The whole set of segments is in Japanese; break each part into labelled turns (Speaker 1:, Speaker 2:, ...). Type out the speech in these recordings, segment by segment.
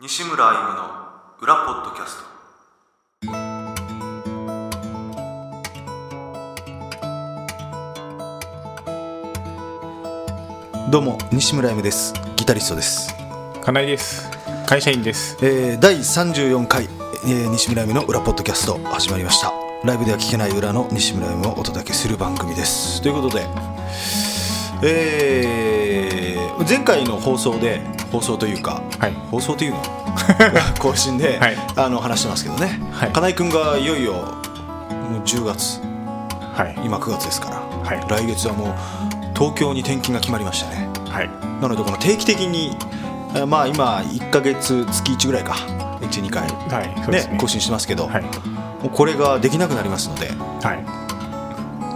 Speaker 1: 西村歩夢の裏ポッドキャスト
Speaker 2: どうも西村 M ですギタリストです、
Speaker 3: 金井です会社員です
Speaker 2: えー、第34回、えー、西村 M の裏ポッドキャスト始まりましたライブでは聞けない裏の西村 M をお届けする番組ですということで、えー、前回の放送で放送というか、
Speaker 3: はい
Speaker 2: 放送 というの更新で、
Speaker 3: はい
Speaker 2: あの話してますけどね、
Speaker 3: はい
Speaker 2: 金井君がいよいよもう10月
Speaker 3: はい
Speaker 2: 今9月ですから、
Speaker 3: はい
Speaker 2: 来月はもう東京に転勤が決まりましたね
Speaker 3: はい
Speaker 2: なのでこの定期的に、えーまあ今1ヶ月月1ぐらいか12回、
Speaker 3: はいそうです
Speaker 2: ね
Speaker 3: ね
Speaker 2: 更新してますけど、
Speaker 3: はい
Speaker 2: もうこれができなくなりますので
Speaker 3: は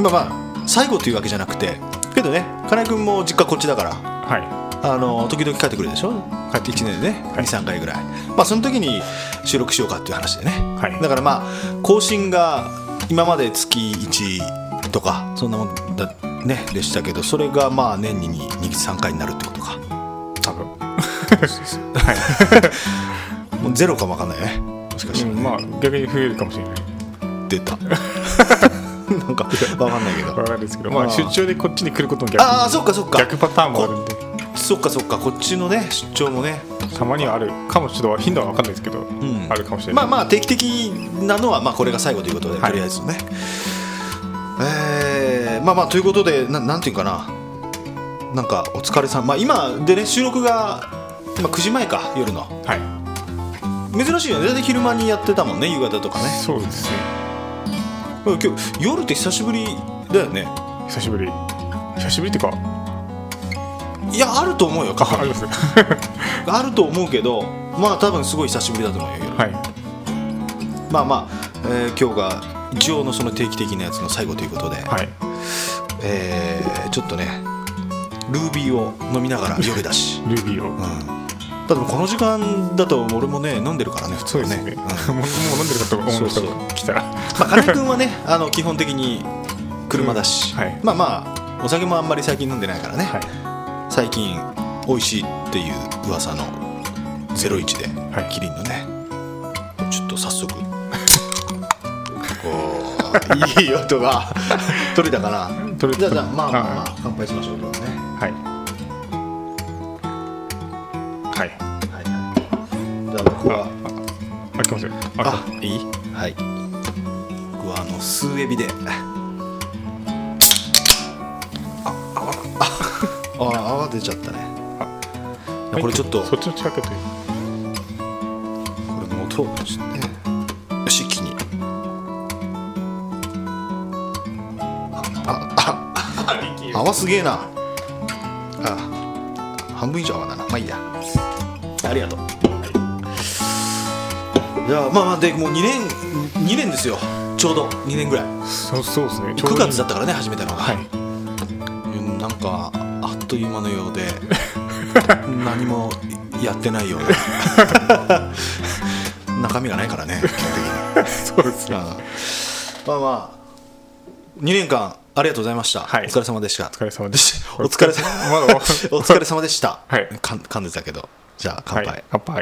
Speaker 2: まあまあ最後というわけじゃなくてけどね金井君も実家こっちだから
Speaker 3: いは
Speaker 2: あの時々帰ってくるでしょ帰って1年でね、
Speaker 3: はい
Speaker 2: 23回ぐらいまあその時に収録しようかっていう話でね、
Speaker 3: はい
Speaker 2: だからまあ更新が今まで月1とかそんなもんだねでしたけどそれがまあ年に23回になるってことか
Speaker 3: い 多分
Speaker 2: もうゼロかもわかんないねもしかして
Speaker 3: うんまあ逆に増えるかもしれない
Speaker 2: 出た なんかわかんないけ
Speaker 3: わ
Speaker 2: ど
Speaker 3: かるんですけどま
Speaker 2: あ
Speaker 3: あ
Speaker 2: ー
Speaker 3: 出張でこっちに来ることも逆
Speaker 2: ああそっかそっか
Speaker 3: 逆パターンもあるん
Speaker 2: こ
Speaker 3: で
Speaker 2: そっかそっかこっちのね出張もね
Speaker 3: たまにはあるかもちょっと頻度は分かんないですけど、
Speaker 2: ん
Speaker 3: あるかもしれ
Speaker 2: ま
Speaker 3: ない
Speaker 2: あまあ定期的なのはまあこれが最後ということで、
Speaker 3: はい
Speaker 2: とりあえずねえー、まあまあということでななんていうかななんかお疲れさんまあ今でね収録が今9時前か夜の
Speaker 3: は
Speaker 2: 珍しいよね大体昼間にやってたもんね夕方とかね
Speaker 3: いそうですね
Speaker 2: 今日夜って久しぶりだよね
Speaker 3: 久しぶり久しぶりっていうか
Speaker 2: いやあると思うよ過去
Speaker 3: あ
Speaker 2: に
Speaker 3: ありますは
Speaker 2: あると思うけどまあ多分すごい久しぶりだと思うよ、
Speaker 3: い
Speaker 2: まあまあ、えー今日が一応のその定期的なやつの最後ということで、
Speaker 3: はい
Speaker 2: えーちょっとねルービーを飲みながら夜だし、
Speaker 3: ルビーを、
Speaker 2: うん、だってこの時間だと俺もね飲んでるからね普通
Speaker 3: そう
Speaker 2: は
Speaker 3: で
Speaker 2: ね
Speaker 3: すねも
Speaker 2: ん
Speaker 3: うもう飲んでるかと思うんで
Speaker 2: そ
Speaker 3: すけ
Speaker 2: う
Speaker 3: ど来たら
Speaker 2: まあ金井君はねあの基本的に車だし、
Speaker 3: うんはい
Speaker 2: まあまあお酒もあんまり最近飲んでないからね、
Speaker 3: は
Speaker 2: 最近美味しいっていう噂の「ゼロイチで、
Speaker 3: い
Speaker 2: キリンのねちょっと早速 こういい音が取れたかな
Speaker 3: 取れ
Speaker 2: じゃ
Speaker 3: た
Speaker 2: あじゃあまあまあ、ま
Speaker 3: は
Speaker 2: あ、乾杯しましょう今日はね
Speaker 3: いは
Speaker 2: は
Speaker 3: い
Speaker 2: いじゃあ僕は
Speaker 3: 開きますよ開
Speaker 2: あいいはい僕はあの数エビであ泡あ泡出ちゃったねいやこれちょっと
Speaker 3: そっちの近くという
Speaker 2: これもう通るんですねよし一気にあああ泡すげえなあ半分以上泡だなまあいいやありがとうじゃあまあまあでもう2年2年ですよちょうど2年ぐらい
Speaker 3: そうそうですね
Speaker 2: 9月だ
Speaker 3: っ
Speaker 2: ったからね始めたのが、
Speaker 3: はい
Speaker 2: うんなんかあっという間のようで何もやってないような 中身がないからね基本
Speaker 3: そうです
Speaker 2: 的に
Speaker 3: ね
Speaker 2: まあまあ2年間ありがとうございました、
Speaker 3: はい
Speaker 2: お疲れ様でしたお
Speaker 3: お疲れ様でした
Speaker 2: お疲れ様
Speaker 3: まだ終
Speaker 2: お
Speaker 3: わ
Speaker 2: 疲れ様でした、
Speaker 3: はい
Speaker 2: かん噛んでたけどじゃあ乾杯、
Speaker 3: はい乾杯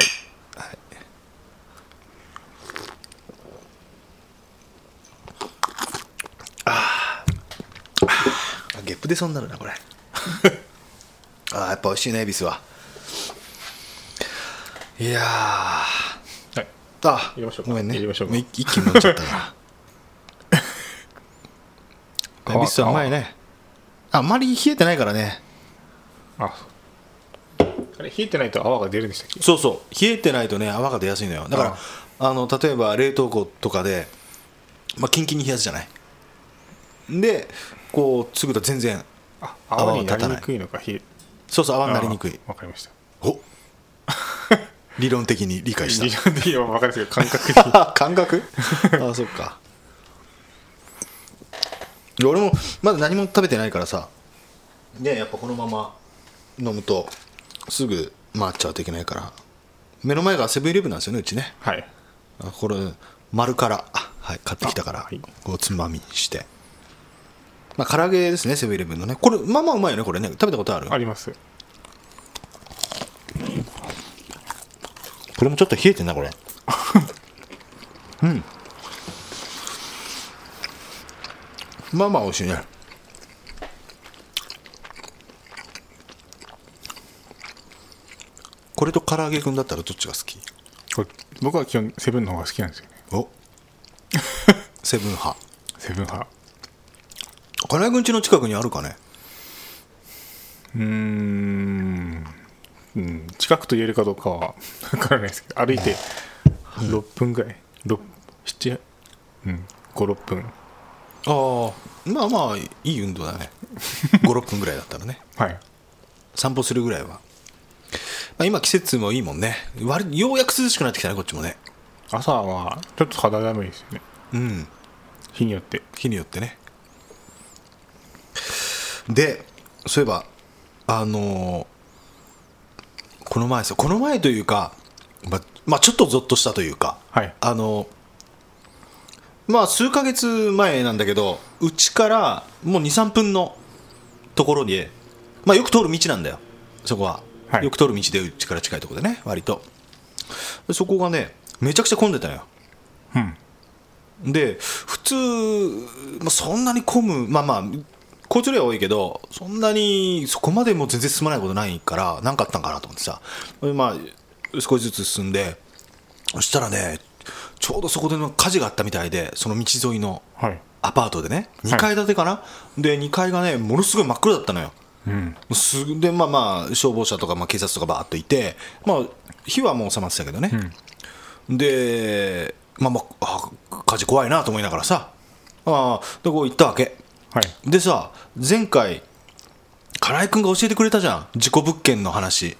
Speaker 2: あゲップ出そうになるなこ れあーやっぱ美味しいね恵比寿はいやー
Speaker 3: はい
Speaker 2: あ
Speaker 3: 入れましょうか
Speaker 2: ごめんね
Speaker 3: 入れましょうか
Speaker 2: もい一気に飲んじゃったな
Speaker 3: あ
Speaker 2: 恵比寿は甘いねあんまり冷えてないからね
Speaker 3: ああれ冷えてないと泡が出るんでしたっけ
Speaker 2: そうそう冷えてないとね泡が出やすいのよだからあの例えば冷凍庫とかで、まあ、キンキンに冷やすじゃないでこうすぐと全然
Speaker 3: あ
Speaker 2: 泡
Speaker 3: 泡
Speaker 2: は
Speaker 3: に
Speaker 2: 立た
Speaker 3: な
Speaker 2: ない
Speaker 3: りにくいのか冷え
Speaker 2: そうそう泡になりにくい
Speaker 3: あわかりました
Speaker 2: お理論的 に理解
Speaker 3: 理
Speaker 2: し
Speaker 3: 論的にはわかるんですけど感覚 的に
Speaker 2: た感覚あそっかいや俺もまだ何も食べてないからさねやっぱこのまま飲むとすぐ回っちゃうといけないから目の前がセブンイレブンなんですよねうちね
Speaker 3: はい
Speaker 2: あこれ丸から、あはい、買ってきたから、
Speaker 3: はい
Speaker 2: こうつまみにしてまあ唐揚げですねセブンイレブンのねこれまあまあうまいよねこれね食べたことある
Speaker 3: あります
Speaker 2: これもちょっと冷えてんなこれうんまあまあ美味しいねこれと唐揚げくんだったらどっちが好き
Speaker 3: これ僕は基本セブンの方が好きなんですよね
Speaker 2: お セブン派
Speaker 3: セブン派
Speaker 2: 唐揚げくん家の近くにあるかね
Speaker 3: うーんうん近くと言えるかどうかは分からないですけど歩いて6分ぐらい7うん56分
Speaker 2: ああまあまあいい運動だ ね56分ぐらいだったらね
Speaker 3: はい
Speaker 2: 散歩するぐらいは、まあ、今季節もいいもんね割ようやく涼しくなってきたねこっちもね
Speaker 3: 朝はちょっと肌寒いですよね
Speaker 2: うん
Speaker 3: 日によって
Speaker 2: 日によってねでそういえばあのーこの前さこの前というか、ままあ、ちょっとゾッとしたというか、
Speaker 3: はい
Speaker 2: あのまあ数ヶ月前なんだけどうちからもう23分のところで、まあ、よく通る道なんだよそこは、
Speaker 3: はい
Speaker 2: よく通る道でうちから近いところでね割とでそこがねめちゃくちゃ混んでたのよ
Speaker 3: うん
Speaker 2: で普通、まあ、そんなに混むまあまあ交通量は多いけどそんなにそこまでもう全然進まないことないから何かあったんかなと思ってさでまあ少しずつ進んでそしたらねちょうどそこでの火事があったみたいでその道沿いの
Speaker 3: はい
Speaker 2: アパートでね2階建てかな、で2階がねものすごい真っ黒だったのよ
Speaker 3: うん
Speaker 2: すでまあまあ消防車とかまあ警察とかバーっといて、まあ、火はもう収まってたけどね、で、まあまあ、あ火事怖いなと思いながらさああでこう行ったわけ
Speaker 3: はい
Speaker 2: でさ前回金井君が教えてくれたじゃん事故物件の話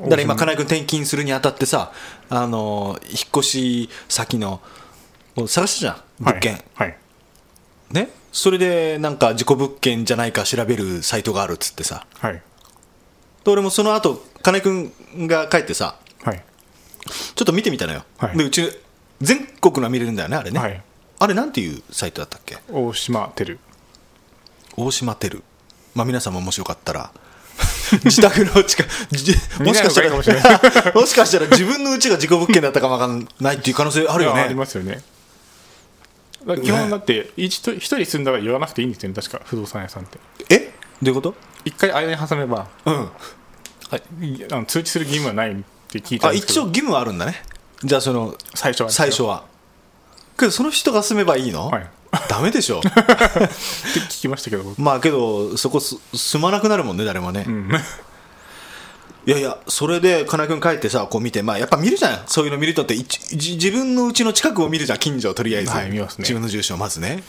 Speaker 2: だから今金井君転勤するにあたってさあのー引っ越し先のを探したじゃん物件、
Speaker 3: はい、はい
Speaker 2: ねそれでなんか事故物件じゃないか調べるサイトがあるっつってさ
Speaker 3: はい。
Speaker 2: で俺もその後金井君が帰ってさ
Speaker 3: はい。
Speaker 2: ちょっと見てみたのよ、
Speaker 3: はい
Speaker 2: でうち全国のは見れるんだよねあれね、
Speaker 3: はい
Speaker 2: あれなんていうサイトだったっけ
Speaker 3: 大島テル。
Speaker 2: 大島テルまあ皆さんももしよかったら 自宅の近くじもしかしたら
Speaker 3: 見ない方がいいか
Speaker 2: もしかしたら 自分の家が事故物件だったかもわかんないっていう可能性あ
Speaker 3: あ
Speaker 2: るよ
Speaker 3: あり
Speaker 2: ね
Speaker 3: ますよね。だから基本だって、一人一人住んだら言わなくていいんですよね、確か、不動産屋さんって。
Speaker 2: えどういうこと
Speaker 3: 一回間に挟めば、
Speaker 2: うん
Speaker 3: いあの通知する義務はないって聞い
Speaker 2: あ
Speaker 3: たんですけ
Speaker 2: 一応
Speaker 3: ど、
Speaker 2: 義務はあるんだねじゃあその
Speaker 3: 最初はね
Speaker 2: 最初はけどその人が住めばいいの、
Speaker 3: はい
Speaker 2: ダメでしょ
Speaker 3: って聞きましたけど、僕
Speaker 2: まあけどそこす住まなくなるもんね誰もね、
Speaker 3: うん。
Speaker 2: いやいや、それで、金井君帰ってさ、こう見て、まあ、やっぱ見るじゃん、そういうの見るとって、一じ自分のうちの近くを見るじゃん、近所をとりあえず、
Speaker 3: はい見ますね
Speaker 2: 自分の住所をまずね。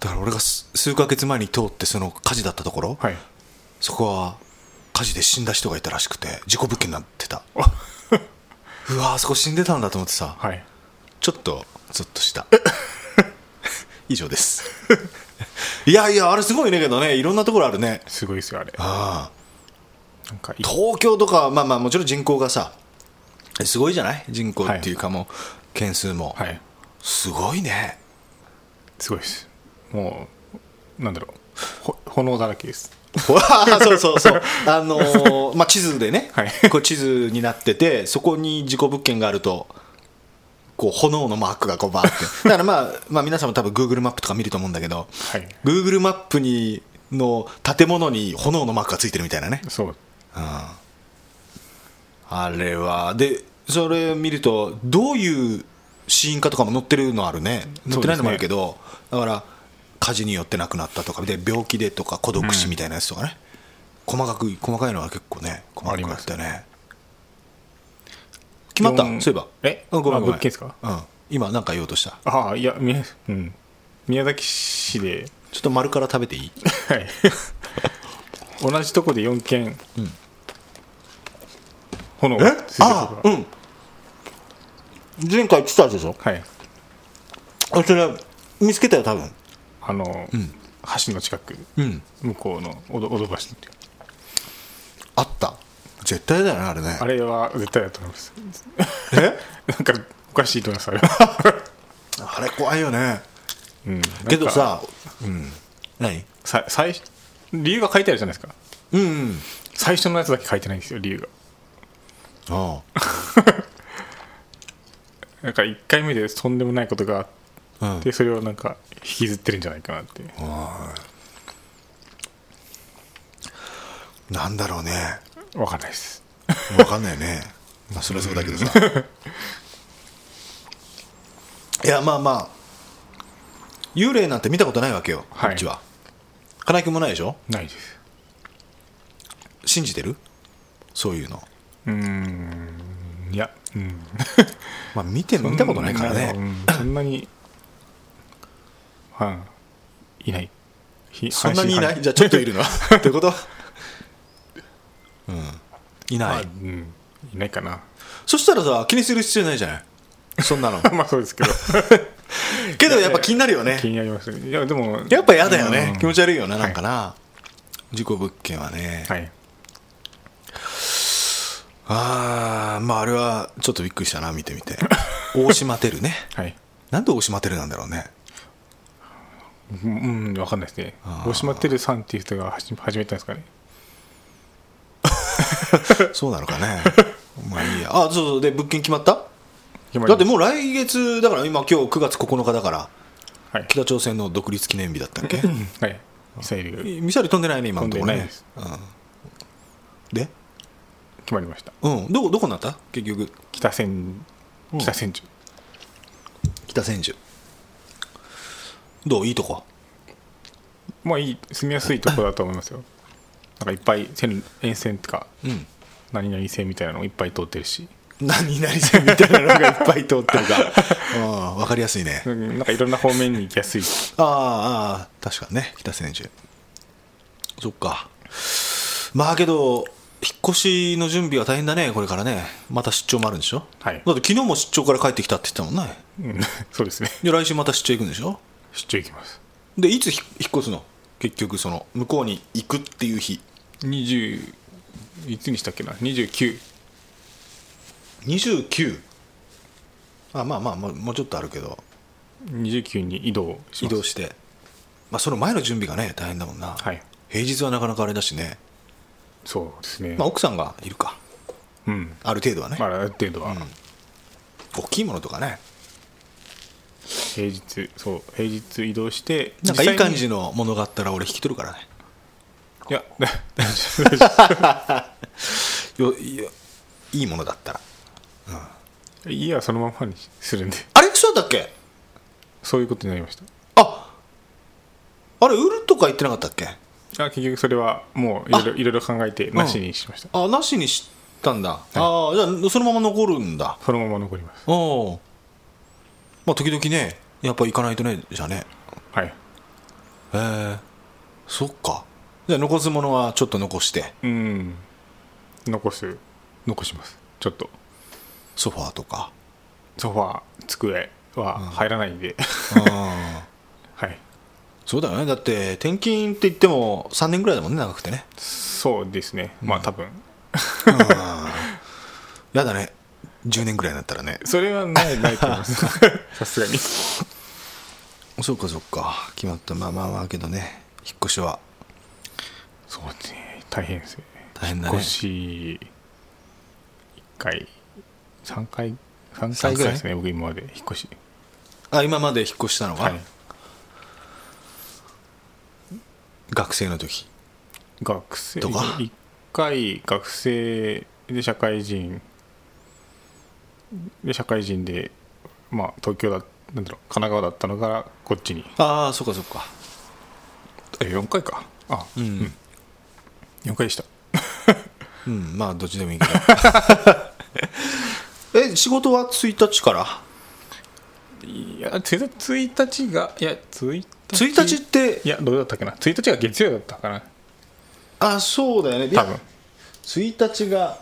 Speaker 2: だから俺がす数ヶ月前に通って、その火事だったところ、
Speaker 3: はい。
Speaker 2: そこは火事で死んだ人がいたらしくて、事故物件になって た。うわあそこ死んでたんだと思ってさ、
Speaker 3: はい。
Speaker 2: ちょっと、ゾッとした。 以上です。いやいや、あれすごいねけどね、いろんなところあるね。
Speaker 3: すごいですよ、あれ。
Speaker 2: ああ。
Speaker 3: なんかい、
Speaker 2: 東京とかはまあまあもちろん人口がさすごいじゃない人口っていうかもう件数も、
Speaker 3: はい。
Speaker 2: すごい ね
Speaker 3: すごいです。もう、なんだろう。ほ炎だらけです。
Speaker 2: わあそうそうそうあのー まあ地図でね、
Speaker 3: はい
Speaker 2: こう地図になっててそこに事故物件があるとこう炎のマークがこうバーってだからまあまあ皆さんも多分 Google マップとか見ると思うんだけど
Speaker 3: はい。
Speaker 2: Google マップにの建物に炎のマークがついてるみたいなね
Speaker 3: そう。
Speaker 2: あれはでそれ見るとどういうシーンかとかも載ってるのあるね載ってないのもあるけど、だから火事によって亡くなったとかで病気でとか孤独死みたいなやつとかね、細かく細かいのは結構ね細かくあったよね決まった
Speaker 3: 四
Speaker 2: そういえば
Speaker 3: え
Speaker 2: あごめんごめん
Speaker 3: あ物件ですか
Speaker 2: うん、今なんか言おうとした
Speaker 3: ああ、いや、宮、うん。宮崎市で、
Speaker 2: ちょっと丸から食べていい
Speaker 3: はい、同じとこで4件、炎がついてると
Speaker 2: あ
Speaker 3: こ
Speaker 2: う
Speaker 3: が、
Speaker 2: ん前回来たでしょ
Speaker 3: はい、
Speaker 2: あそれ見つけたよ多分
Speaker 3: あの、橋の近く、
Speaker 2: うん
Speaker 3: 向こうのおどおど橋っていう
Speaker 2: あった絶対だよねあれね
Speaker 3: あれは絶対だと思います
Speaker 2: え
Speaker 3: なんかおかしいと思いますあれは、
Speaker 2: あれ怖いよね
Speaker 3: うん、なんか
Speaker 2: けどさうん何
Speaker 3: さ最初理由が書いてあるじゃないですか
Speaker 2: うん
Speaker 3: 最初のやつだけ書いてないんですよ理由が
Speaker 2: あ
Speaker 3: なんか1回目でとんでもないことが
Speaker 2: あ、
Speaker 3: あ
Speaker 2: う
Speaker 3: っ
Speaker 2: ん
Speaker 3: てそれをなんか引きずってるんじゃないかなっていう
Speaker 2: なんだろう ね
Speaker 3: わかんないです
Speaker 2: 分かんないねまあそりゃそうだけど さいやまあまあ幽霊なんて見たことないわけよ、
Speaker 3: はい
Speaker 2: こっちは金井君もないでしょ
Speaker 3: ないです
Speaker 2: 信じてるそういうの
Speaker 3: うーんいやうん
Speaker 2: まあ見ても見たことないから
Speaker 3: う
Speaker 2: ね
Speaker 3: んそんなにはいいないひ
Speaker 2: そんなにいな
Speaker 3: 半
Speaker 2: い
Speaker 3: 信
Speaker 2: じゃあちょっといるの ってことうんいない
Speaker 3: 半疑まあうんいないかな
Speaker 2: そしたらさ気にする必要ないじゃ ないそんなの
Speaker 3: まあそうですけど
Speaker 2: けどやっぱ気になるよね
Speaker 3: 気になりますねいやでも
Speaker 2: やっぱ嫌だよね
Speaker 3: うん
Speaker 2: 気持ち悪いよななんかな事故物件はね
Speaker 3: はい
Speaker 2: ああまああれはちょっとびっくりしたな見てみて 大島テルね
Speaker 3: はい
Speaker 2: なんで大島テルなんだろうね
Speaker 3: うんうんわかんないですね大島テルさんっていう人が始め始めたんですかね
Speaker 2: そうなのかねまあいいやあそうそうで物件決まった
Speaker 3: 決まり
Speaker 2: だっ
Speaker 3: ま
Speaker 2: て
Speaker 3: す
Speaker 2: もう来月だから今今日9月9日だから
Speaker 3: はい
Speaker 2: 北朝鮮の独立記念日だったっけ
Speaker 3: はいミサイルが決
Speaker 2: ミサイル飛んでないね今のところ
Speaker 3: 飛んでな
Speaker 2: ね
Speaker 3: いです
Speaker 2: うんで
Speaker 3: まりました
Speaker 2: うんどこどこになった結局
Speaker 3: 北千北千住
Speaker 2: 北千住どういいとこ
Speaker 3: まあいい住みやすいところだと思いますよなんかいっぱい線沿線とか
Speaker 2: うん
Speaker 3: 何々線みたいなのいっぱい通ってるし
Speaker 2: 何々線みたいなのがいっぱい通 ってるかうん分かりやすいね
Speaker 3: うんなんかいろんな方面に行きやすい
Speaker 2: ああああ確かにね北千住そっかまあけど引っ越しの準備は大変だねこれからねまた出張もあるんでしょ
Speaker 3: はい
Speaker 2: だって昨日も出張から帰ってきたって言ってたもんね
Speaker 3: うんそうですね
Speaker 2: で来週また出張行くんでしょ
Speaker 3: 出張行きます
Speaker 2: でいつひ引っ越すの結局その向こうに行くっていう日
Speaker 3: 20いつにしたっけな29
Speaker 2: 29あまあまあもうもうちょっとあるけど
Speaker 3: 29に移動し
Speaker 2: 移
Speaker 3: ます
Speaker 2: 動してまあその前の準備がね大変だもんな、
Speaker 3: はい
Speaker 2: 平日はなかなかあれだしね、
Speaker 3: そうですね、
Speaker 2: まあ、奥さんがいるか
Speaker 3: うん
Speaker 2: ある程度はね、
Speaker 3: まあある程度は
Speaker 2: 大きいものとかね
Speaker 3: 平日そう平日移動して
Speaker 2: なんかいい感
Speaker 3: 実際に
Speaker 2: じのものがあったら俺引き取るからね
Speaker 3: いや 大丈夫大丈
Speaker 2: よよいいものだったら
Speaker 3: 夫家はそのままにするんで
Speaker 2: あれそうだっけ
Speaker 3: そういうことになりました
Speaker 2: ああれ売るとか言ってなかったっけ
Speaker 3: あ結局それはもういろいろいろいろ考えてなしにしました、
Speaker 2: あなしにしたんだ、ああじゃあそのまま残るんだ
Speaker 3: そのまま残ります
Speaker 2: おおまあ時々ねやっぱ行かないとねじゃあね
Speaker 3: はい
Speaker 2: へえそっかじゃあ残すものはちょっと残して
Speaker 3: うん残す残しますちょっと
Speaker 2: ソファーとか
Speaker 3: ソファー机は入らないんで、
Speaker 2: ああ
Speaker 3: はい
Speaker 2: そうだよねだって転勤って言っても3年ぐらいだもんね長くてね
Speaker 3: そうですねまあ多分
Speaker 2: やだね10年ぐらいになったらね
Speaker 3: それはないないと思いますさすがに
Speaker 2: そうかそうか決まったまあまあまあけどね引っ越しは
Speaker 3: そうですね大変ですね
Speaker 2: 大変だ
Speaker 3: 引
Speaker 2: ね
Speaker 3: っ越し1回3回3
Speaker 2: 三回
Speaker 3: 回ぐらいですね僕今まで引っ越し
Speaker 2: あ今まで引っ越したのが、
Speaker 3: はい
Speaker 2: 学生の時
Speaker 3: 学生
Speaker 2: とか
Speaker 3: 一回学生で社会人で社会人でまあ東京だなんだろう神奈川だったのがこっちに
Speaker 2: ああそうかそうか
Speaker 3: え4回かあ
Speaker 2: うん、
Speaker 3: 4回でした
Speaker 2: うん、まあどっちでもい いけどえ仕事は1日から
Speaker 3: いや1日がいや1
Speaker 2: 1日って
Speaker 3: いやどうだったっけな1日が月曜だったかな
Speaker 2: あそうだよね
Speaker 3: 多分
Speaker 2: 1日が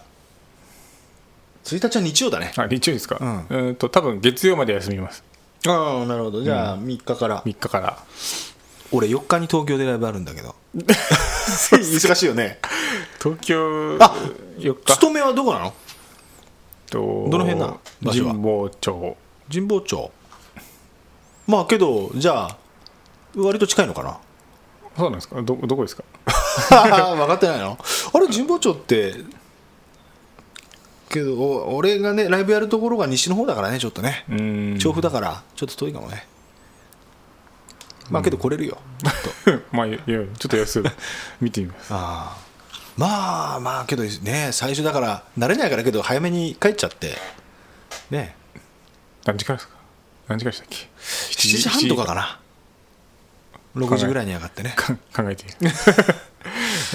Speaker 2: 1日は日曜だね
Speaker 3: あ日曜ですか
Speaker 2: う
Speaker 3: うんと多分月曜まで休みます
Speaker 2: ああなるほどじゃあ3日から、
Speaker 3: 3日から
Speaker 2: 俺4日に東京でライブあるんだけど 難しいよね
Speaker 3: 東京
Speaker 2: あ
Speaker 3: 4日
Speaker 2: 勤めはどこなの
Speaker 3: と
Speaker 2: どの辺な場所は
Speaker 3: 神保町
Speaker 2: 神保町まあけどじゃあ割と近いのか な
Speaker 3: そうなんですかどどこですか
Speaker 2: 分かってないのあれ神保町ってけどお俺がねライブやるところが西の方だからねちょっとね
Speaker 3: うん
Speaker 2: 調布だからちょっと遠いかもねまあけど来れるよ、
Speaker 3: まあいやいやちょっと様子見てみ ます
Speaker 2: ああまあまあけどね最初だから慣れないからけど早めに帰っちゃってね
Speaker 3: 何時からですか何時からでしたっけ
Speaker 2: 7時半とかかな6時ぐらいに上がってね
Speaker 3: か考えて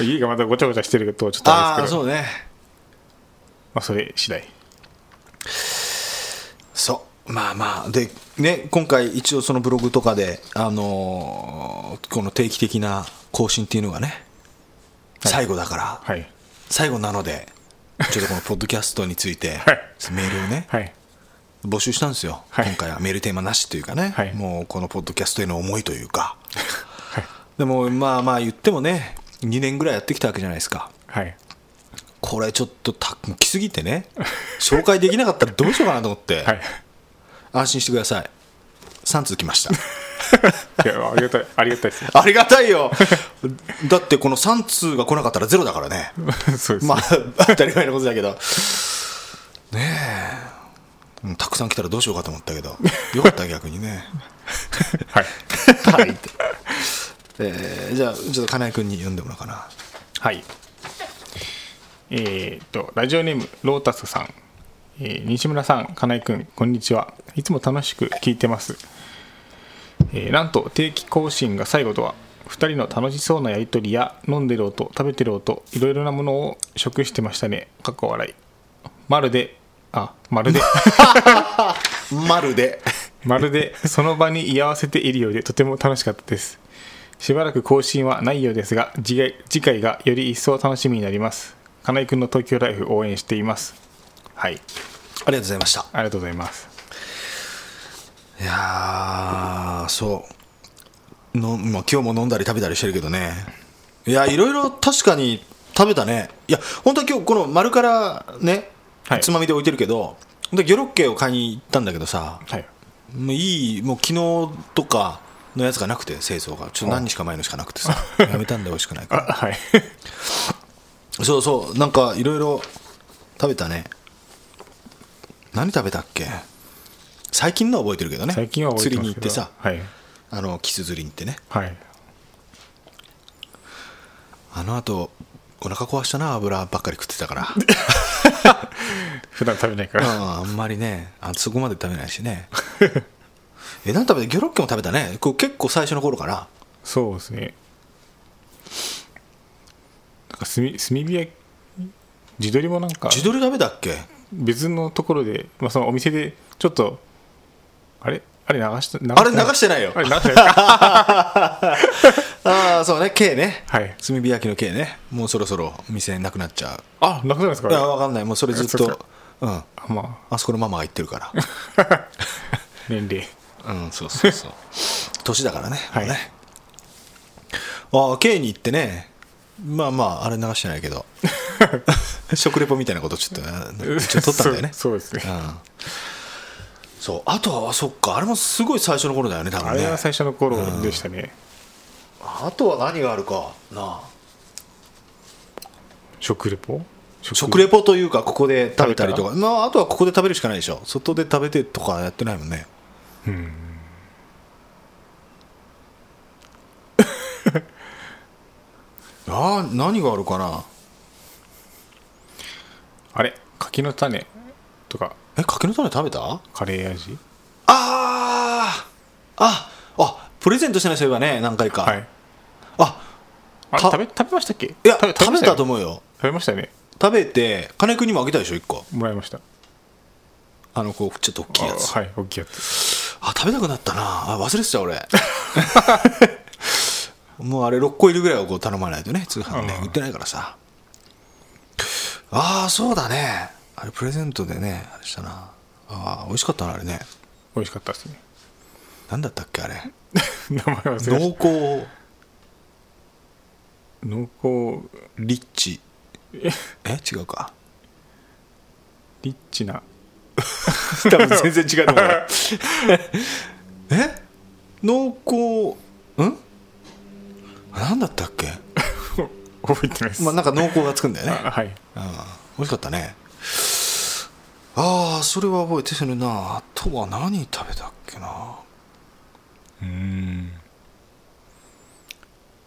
Speaker 3: 家がまたごちゃごちゃして るとちょっとあ
Speaker 2: ああ
Speaker 3: れですけど
Speaker 2: そうね
Speaker 3: まあ、それ次第
Speaker 2: そうまあまあでね今回一応そのブログとかであのーこの定期的な更新っていうのがね
Speaker 3: はい
Speaker 2: 最後だから、
Speaker 3: はい
Speaker 2: 最後なのでちょっとこのポッドキャストについて、
Speaker 3: はい
Speaker 2: メールをね、
Speaker 3: はい
Speaker 2: 募集したんですよ、
Speaker 3: はい
Speaker 2: 今回はメールテーマなしというかね、
Speaker 3: はい
Speaker 2: もうこのポッドキャストへの思いというか、
Speaker 3: い
Speaker 2: でもまあまあ言ってもね2年ぐらいやってきたわけじゃないですか
Speaker 3: はい
Speaker 2: これちょっとた来すぎて ね紹介できなかったらどうしようかなと思って、
Speaker 3: はい
Speaker 2: 安心してください3通来ました
Speaker 3: いやありがたい ありがたいです
Speaker 2: ありがたいよ だってこの3通が来なかったらゼロだから ね
Speaker 3: そうです、
Speaker 2: まあ当たり前のことだけどねえうんたくさん来たらどうしようかと思ったけどよかった逆にね
Speaker 3: はい
Speaker 2: はいって、えーじゃあちょっと金井君に読んでもらおうかな
Speaker 3: はい。えーっと、ラジオネーム、ロータスさん。えー西村さん、金井くん、こんにちは。いつも楽しく聞いてます。えーなんと、定期更新が最後とは、2人の楽しそうなやりとりや、飲んでる音、食べてる音、いろいろなものを食してましたね。かっこ笑い。まるで、あ、まるで。
Speaker 2: まるで
Speaker 3: まるでその場に居合わせているようでとても楽しかったです。しばらく更新はないようですが、次回次回がより一層楽しみになります。金井くんの東京ライフ応援しています。はい、
Speaker 2: ありがとうございました
Speaker 3: ありがとうございます。
Speaker 2: いやーそうの、まあ、今日も飲んだり食べたりしてるけどねいやいろいろ確かに食べたねいや本当は今日この丸からね
Speaker 3: はい
Speaker 2: つまみで置いてるけど、本当はギョロッケを買いに行ったんだけどさ
Speaker 3: はい。
Speaker 2: もういいもう昨日とかのやつがなくて清掃がちょっと何日か前のしかなくて さやめたんで美味しくないから
Speaker 3: あ、はい。
Speaker 2: そうそうなんかいろいろ食べたね何食べたっけ最近のは覚えてるけどね
Speaker 3: 最近は覚え
Speaker 2: 釣
Speaker 3: て
Speaker 2: り
Speaker 3: ます
Speaker 2: に行っ
Speaker 3: けど
Speaker 2: てさ
Speaker 3: はい。
Speaker 2: あのキス釣りに行ってね
Speaker 3: はい。
Speaker 2: あのあとお腹壊したな油ばっかり食ってた から
Speaker 3: 普段食べないから。
Speaker 2: ああんまりねあそこまで食べないしね え何食べたギョロッケも食べたねこう結構最初の頃から
Speaker 3: そうですね。なんか炭炭火焼き地鶏もなんか
Speaker 2: 地鶏食べたっけ
Speaker 3: 別のところで、まあ、そのお店でちょっとあれあれ流した流
Speaker 2: あれ流してないよ
Speaker 3: あれ流してない
Speaker 2: ああそうね K ね、
Speaker 3: はい
Speaker 2: 炭火焼きの K ねもうそろそろ店なくなっちゃう
Speaker 3: あなくなるんですか
Speaker 2: いや
Speaker 3: あ
Speaker 2: わかんないもうそれずっ
Speaker 3: そうで
Speaker 2: と
Speaker 3: すか
Speaker 2: うん
Speaker 3: れまあ
Speaker 2: あそこのママが言ってるか
Speaker 3: 年齢
Speaker 2: ら。うん、そうそうそう。年だからね。
Speaker 3: はい。
Speaker 2: もうねああ、K に行ってね、まあまあ、あれ流してないけど、食レポみたいなことちょっとあの、ちょっと撮ったんだよね
Speaker 3: そうそうですね
Speaker 2: うん。そう、あとは、そっか、あれもすごい最初の頃だよね、多
Speaker 3: あ
Speaker 2: 分
Speaker 3: れ
Speaker 2: ね。
Speaker 3: は最初の頃でしたね
Speaker 2: あとは何があるかな。
Speaker 3: 食レポ
Speaker 2: 食レポというか、ここで食べたりとか、まあ、あとはここで食べるしかないでしょ。外で食べてとかやってないもんね。 あー何があるかな
Speaker 3: あれ柿の種とか
Speaker 2: え柿の種食べたあ
Speaker 3: カレー味
Speaker 2: あああプレゼントしてない人いればね何回か、
Speaker 3: はい
Speaker 2: あ
Speaker 3: あれ
Speaker 2: た
Speaker 3: 食べ食べましたっけ
Speaker 2: いや
Speaker 3: 食べ
Speaker 2: 食べ
Speaker 3: ました
Speaker 2: と
Speaker 3: よね
Speaker 2: 思うよ
Speaker 3: 食べましたね
Speaker 2: 食べて金井君にもあげたでしょ1個
Speaker 3: もらいました
Speaker 2: あのこうちょっと大きいやつ
Speaker 3: あはい大きいやつ
Speaker 2: あ食べたくなったなあ忘れてた俺 もうあれ6個いるぐらいをこう頼まないとね通販ね
Speaker 3: うん
Speaker 2: 売ってないからさああそうだねあれプレゼントでねあれしたなあー美味しかったなあれね
Speaker 3: 美味しかったですね
Speaker 2: 何だったっけあれ
Speaker 3: 名前忘れまし
Speaker 2: 濃
Speaker 3: た
Speaker 2: 厚
Speaker 3: 濃厚
Speaker 2: リッチえ違うか
Speaker 3: リッチな
Speaker 2: 多分全然違うと思 うえ濃厚ん何だったっけ
Speaker 3: 覚えてないです、
Speaker 2: まあなんか濃厚がつくんだよね
Speaker 3: あはい
Speaker 2: うん美味しかったねああそれは覚えてるなあとは何食べたっけな
Speaker 3: うん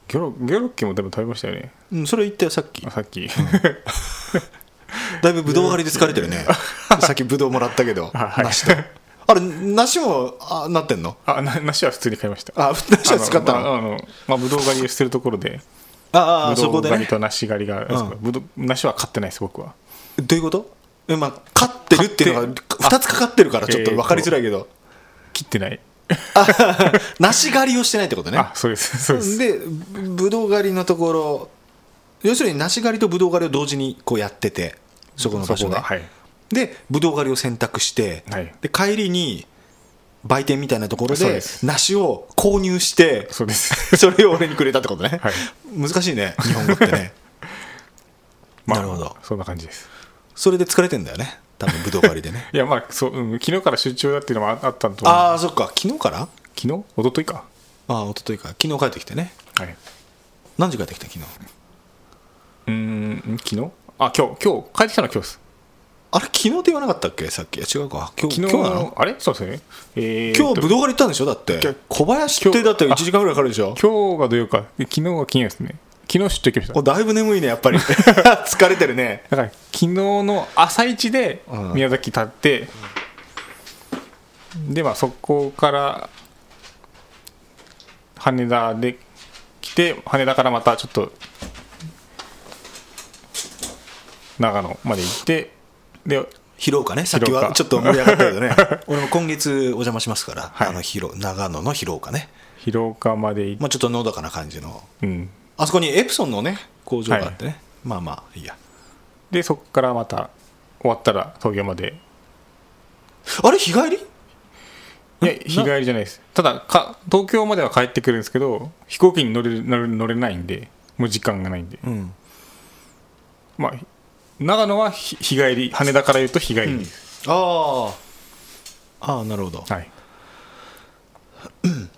Speaker 3: ギョロギョロッケも多分食べましたよね
Speaker 2: うんそれ言ったよさっき
Speaker 3: あさっ き
Speaker 2: だいぶブドウ狩りで疲れてる ねさっきブドウもらったけど、
Speaker 3: あはい
Speaker 2: 梨とあれ梨もあなってんの
Speaker 3: あな梨は普通に買いました
Speaker 2: あ梨は使った
Speaker 3: あの
Speaker 2: の
Speaker 3: あのまあぶどう狩りをしてるところで
Speaker 2: あ
Speaker 3: ぶ
Speaker 2: あそ
Speaker 3: ど
Speaker 2: こ
Speaker 3: う
Speaker 2: で
Speaker 3: 狩り
Speaker 2: ね
Speaker 3: と梨狩りがあるんですけどぶどう梨は買ってないです僕は
Speaker 2: どういうことえまあ勝ってるっていうのが2つかかってるからちょっと分かりづらいけど、
Speaker 3: 切ってない
Speaker 2: 梨狩りをしてないってことね
Speaker 3: あそうですそうです
Speaker 2: でぶぶどう狩りのところ要するに梨狩りとぶどう狩りを同時にこうやっててそこの場
Speaker 3: そ
Speaker 2: 所
Speaker 3: こ
Speaker 2: で、
Speaker 3: がはい
Speaker 2: でぶどう狩りを選択して、
Speaker 3: はい
Speaker 2: で帰りに売店みたいなところ
Speaker 3: そう
Speaker 2: で
Speaker 3: です
Speaker 2: 梨を購入して
Speaker 3: そうで す
Speaker 2: それを俺にくれたってことね、
Speaker 3: はい
Speaker 2: 難しいね日本語って ね
Speaker 3: まあ
Speaker 2: なるほど
Speaker 3: そんな感じです
Speaker 2: それで疲れてんだよね多分ぶどう狩りでね
Speaker 3: いやまあそう、うん、昨日から出張だっていうのもああったと思う
Speaker 2: ああそっか昨日から
Speaker 3: 昨日一昨日か
Speaker 2: ああ一昨日か昨日帰ってきてね
Speaker 3: はい
Speaker 2: 何時帰ってきた昨日
Speaker 3: うーん昨日あ今日今日帰ってきたのは今日です
Speaker 2: あれ昨日って言わなかったっけさっき違うか今日
Speaker 3: 昨日
Speaker 2: 今日なの
Speaker 3: あれそうですねえー
Speaker 2: 今
Speaker 3: と
Speaker 2: 日武道館行ったんでしょだって
Speaker 3: 今日
Speaker 2: 小林ってだって1時間ぐらいかかるでしょ
Speaker 3: 今日が土曜か昨日が金曜ですね昨日出張行きました
Speaker 2: おだいぶ眠いねやっぱり 疲れてるね
Speaker 3: だから昨日の朝一で
Speaker 2: うん
Speaker 3: 宮崎立って、でまあそこから羽田で来て羽田からまたちょっと長野まで行ってで
Speaker 2: 広岡ねさっき
Speaker 3: 広
Speaker 2: は
Speaker 3: 岡
Speaker 2: ちょっと盛り上がったけど ね俺も今月お邪魔しますから、
Speaker 3: はい
Speaker 2: あの広長野の広岡ね、
Speaker 3: 広岡まで行って、
Speaker 2: まあ、ちょっとのどかな感じの
Speaker 3: うん、
Speaker 2: あそこにエプソンのね工場があってね、まあまあいいや
Speaker 3: でそこからまた終わったら東京まで
Speaker 2: あれ日帰り
Speaker 3: いや日帰りじゃないですただか東京までは帰ってくるんですけど飛行機に乗れる乗れ乗れないんでもう時間がないんで
Speaker 2: うん
Speaker 3: まあ、長野は日日帰り、羽田から言うと日帰りです。
Speaker 2: ああああなるほど、
Speaker 3: はい、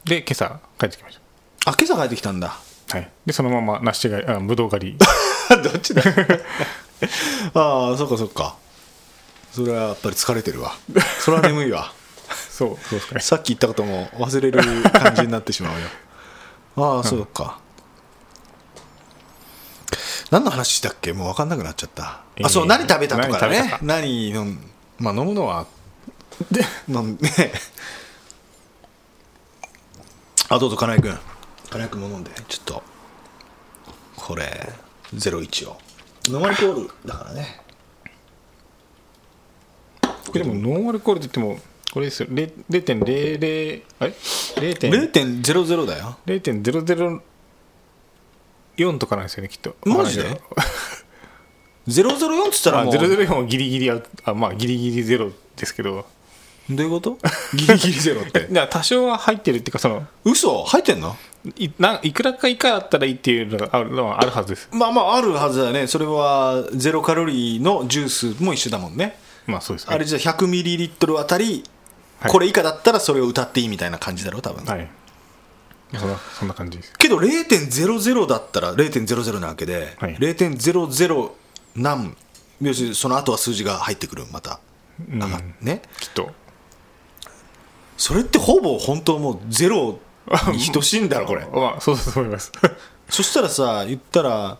Speaker 3: で、今朝帰ってきまし
Speaker 2: あ今朝帰ってきたんだ
Speaker 3: た。はい、で、そのまま梨狩り、あぶどう狩り、
Speaker 2: どっちだ ああそっかそっかそれはやっぱり疲れてるわそれは眠いわ
Speaker 3: そう、そうですかね。
Speaker 2: さっき言ったことも忘れる感じになってしま うよああそうか、何の話したっけもう分かんなくなっちゃった、
Speaker 3: えー
Speaker 2: あそう何食べたとか
Speaker 3: 何食べ
Speaker 2: ね
Speaker 3: たか
Speaker 2: 何飲むまあ飲むのはで飲んであどうぞ金井君金井君も飲んでちょっとこれ01をノンアルコールだからね
Speaker 3: でも、ノンアルコールって言っても、これですよ、れ0.00、あれ ?0.00
Speaker 2: 0.00だよ
Speaker 3: 0.004とかなんですよね、きっと。
Speaker 2: マジで
Speaker 3: わかんないけど
Speaker 2: 004っつった
Speaker 3: ま
Speaker 2: ら
Speaker 3: あ、
Speaker 2: もう
Speaker 3: 004はギリギリアウトあ、まあ、ギリギリゼロですけど、
Speaker 2: どういうことギリギリゼロっ
Speaker 3: だか。ら多少は入ってるっていうか、その、
Speaker 2: 嘘入ってんの
Speaker 3: いないくらか以下だったらいいっていうのがあるのはあるはずです。
Speaker 2: まあまああるはずだよね。それはゼロカロリーのジュースも一緒だもんね。
Speaker 3: まあそうです、ね。
Speaker 2: あれじゃ100ミリリットルあたり、
Speaker 3: はい
Speaker 2: これ以下だったらそれを歌っていいみたいな感じだろう、多分。
Speaker 3: はい。そんな、そんな感じです。
Speaker 2: けど0.00だったら0.00なわけで、
Speaker 3: はい
Speaker 2: 0.00何、要するにその後は数字が入ってくる、また。
Speaker 3: ん
Speaker 2: 上がっね。
Speaker 3: きっと。
Speaker 2: それってほぼ本当もうゼロに等しいんだろ、これ。
Speaker 3: まあ、そうだと思います。
Speaker 2: そしたらさ、言ったら、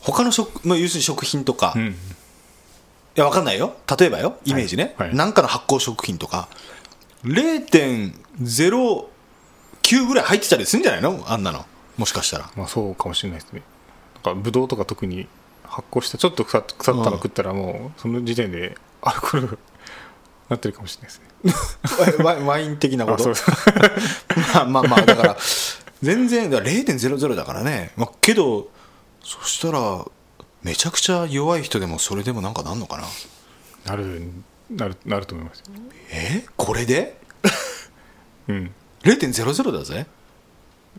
Speaker 2: 他の食、まあ、要するに食品とか、
Speaker 3: うん。
Speaker 2: いや、わかんないよ。例えばよ、イメージね。
Speaker 3: はいはい
Speaker 2: なんかの発酵食品とか、0.09ぐらい入ってたりするんじゃないのあんなの。もしかしたら。
Speaker 3: まあそうかもしれないですね。なんか、ぶどうとか特に発酵して、ちょっと腐っ腐ったの食ったら、もう、その時点でアルコールなってるかもしれないですね。
Speaker 2: ワインワイン的なこ
Speaker 3: あ、
Speaker 2: と
Speaker 3: そ う。です。
Speaker 2: まあまあまあ、だから、全然、だから0.00だからね。まあ、けど、そしたら、めちゃくちゃ弱い人でもそれでもなんかなんのかな。
Speaker 3: なる、なる、なると思います。
Speaker 2: えこれで
Speaker 3: うん。
Speaker 2: ?0.00 だぜ。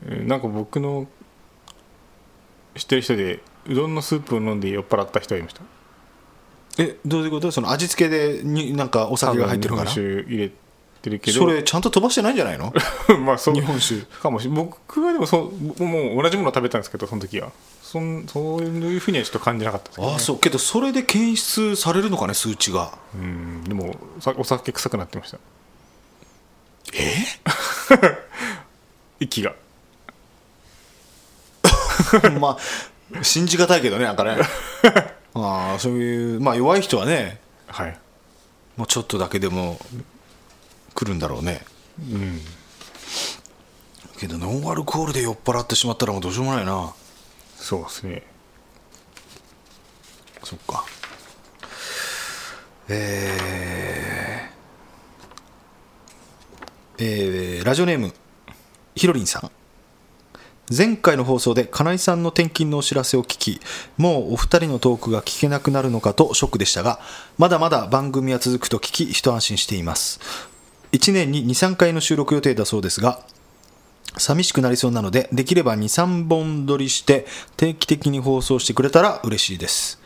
Speaker 3: うんなんか僕の知ってる人で、うどんのスープを飲んで酔っ払った人がいました。
Speaker 2: え、どういうことその味付けでになんかお酒が入ってるから。
Speaker 3: 多分日本酒入れってるけど
Speaker 2: それちゃんと飛ばしてないんじゃない の
Speaker 3: まあそう
Speaker 2: 日本酒
Speaker 3: かもしれない僕はでもそうもう同じもの食べたんですけどその時はそんそういうふうにはちょっと感じなかったですけど
Speaker 2: ああそうけどそれで検出されるのかね数値が
Speaker 3: うんでもさお酒臭くなってました
Speaker 2: え
Speaker 3: 息が
Speaker 2: まあ信じがたいけどねなんか ねああそういうまあ弱い人はね
Speaker 3: はい
Speaker 2: もうちょっとだけでも来るんだろうね
Speaker 3: うん
Speaker 2: けどノンアルコールで酔っ払ってしまったらもうどうしようもないな
Speaker 3: そうですね
Speaker 2: そっかえーえーラジオネームひろりんさん前回の放送で金井さんの転勤のお知らせを聞きもうお二人のトークが聞けなくなるのかとショックでしたがまだまだ番組は続くと聞き一安心しています1年に23回の収録予定だそうですが寂しくなりそうなのでできれば23本撮りして定期的に放送してくれたら嬉しいです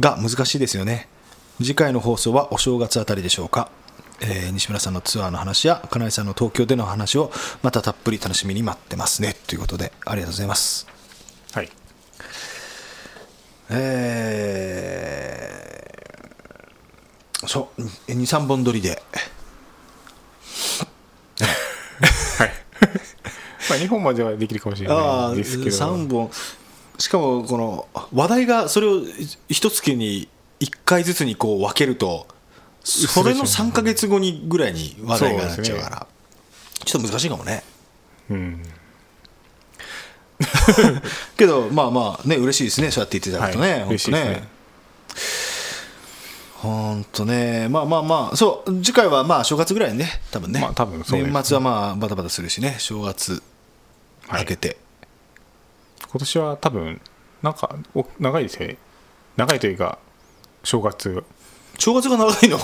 Speaker 2: が難しいですよね次回の放送はお正月あたりでしょうか、えー西村さんのツアーの話や金井さんの東京での話をまたたっぷり楽しみに待ってますねということでありがとうございます
Speaker 3: はい
Speaker 2: えーそう23本撮りで
Speaker 3: はい。まあ日本まではできるかもしれ
Speaker 2: あ
Speaker 3: な
Speaker 2: あ
Speaker 3: いですけど。
Speaker 2: 3本しかもこの話題がそれを一月に1回ずつにこう分けるとそれの3か月後にぐらいに話題がなっちゃうから、ちょっと難しいかもね
Speaker 3: うん。
Speaker 2: けどまあまあね嬉しいですねそうやって言っていただくとね、
Speaker 3: はい
Speaker 2: 本
Speaker 3: 嬉
Speaker 2: 当
Speaker 3: しいです
Speaker 2: ね
Speaker 3: ね
Speaker 2: 本当ねまあまあまあそう次回はまあ正月ぐらいにね多分ね,、
Speaker 3: まあ多分そうです
Speaker 2: 年末はまあバタバタするしね正月明けて、
Speaker 3: 今年は多分なんかお長いですよね。長いというか正月。
Speaker 2: 正月が長いの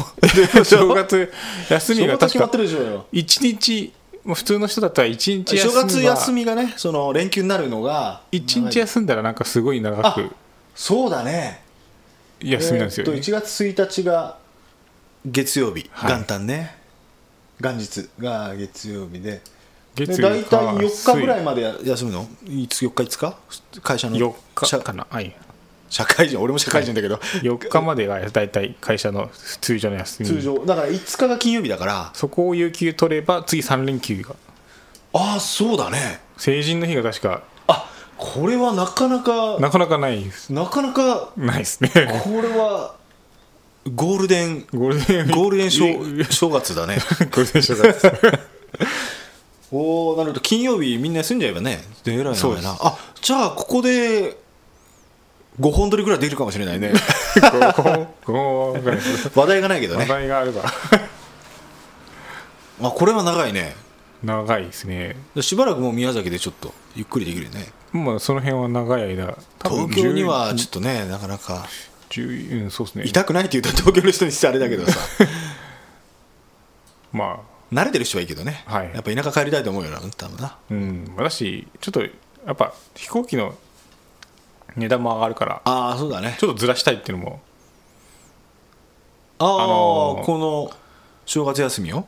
Speaker 3: 正月休みが確
Speaker 2: 決まっ
Speaker 3: か
Speaker 2: てるでしょうよ
Speaker 3: 一日まあ普通の人だったら一日休
Speaker 2: 正
Speaker 3: み
Speaker 2: 月休みがねその連休になるのが
Speaker 3: 一日休んだらなんかすごい長く
Speaker 2: そうだね
Speaker 3: 休みなんですよ
Speaker 2: えー
Speaker 3: ね
Speaker 2: っと。1月1日が月曜日、
Speaker 3: はい
Speaker 2: 元旦ね元日が月曜日でで
Speaker 3: 月
Speaker 2: 大体4日ぐらい
Speaker 3: い
Speaker 2: までや休むのいつ4日5日会社の
Speaker 3: 4日
Speaker 2: 社
Speaker 3: かな。はい。
Speaker 2: 社会人俺も社会人だけど、
Speaker 3: 4日までが大体会社の通常の休み。
Speaker 2: 通常だから5日が金曜日だから
Speaker 3: そこを有給取れば次3連休が
Speaker 2: ああそうだね
Speaker 3: 成人の日が確か
Speaker 2: あこれはなかなか
Speaker 3: なかなかないです
Speaker 2: なかなか
Speaker 3: ないですね
Speaker 2: これはゴールデン
Speaker 3: ゴールデンウィーク
Speaker 2: ゴールデン
Speaker 3: いえゴール
Speaker 2: 正正月だね
Speaker 3: デン正月
Speaker 2: おおなるほど金曜日みんな休んじゃえばねで偉いな
Speaker 3: そうです
Speaker 2: 偉いなあじゃあここで5本撮りぐらいできるかもしれ ないね
Speaker 3: ここここ
Speaker 2: 話題がないけど
Speaker 3: 話
Speaker 2: ね
Speaker 3: 題があれば
Speaker 2: あこれは長いね
Speaker 3: 長いですね
Speaker 2: しばらくもう宮崎でちょっとゆっくりできるよね
Speaker 3: まあその辺は長い間多分
Speaker 2: 東京にはちょっとねなかなか
Speaker 3: 10 10うんそうですね
Speaker 2: 痛くないって言うと東京の人にしてあれだけどさ
Speaker 3: まあ
Speaker 2: 慣れてる人はいいけどね、
Speaker 3: はい
Speaker 2: やっぱ田舎帰りたいと思うよな多分な
Speaker 3: うん私ちょっとやっぱ飛行機の値段も上がるから
Speaker 2: ああそうだね
Speaker 3: ちょっとずらしたいっていうのも
Speaker 2: ああ、
Speaker 3: あのー
Speaker 2: この正月休みを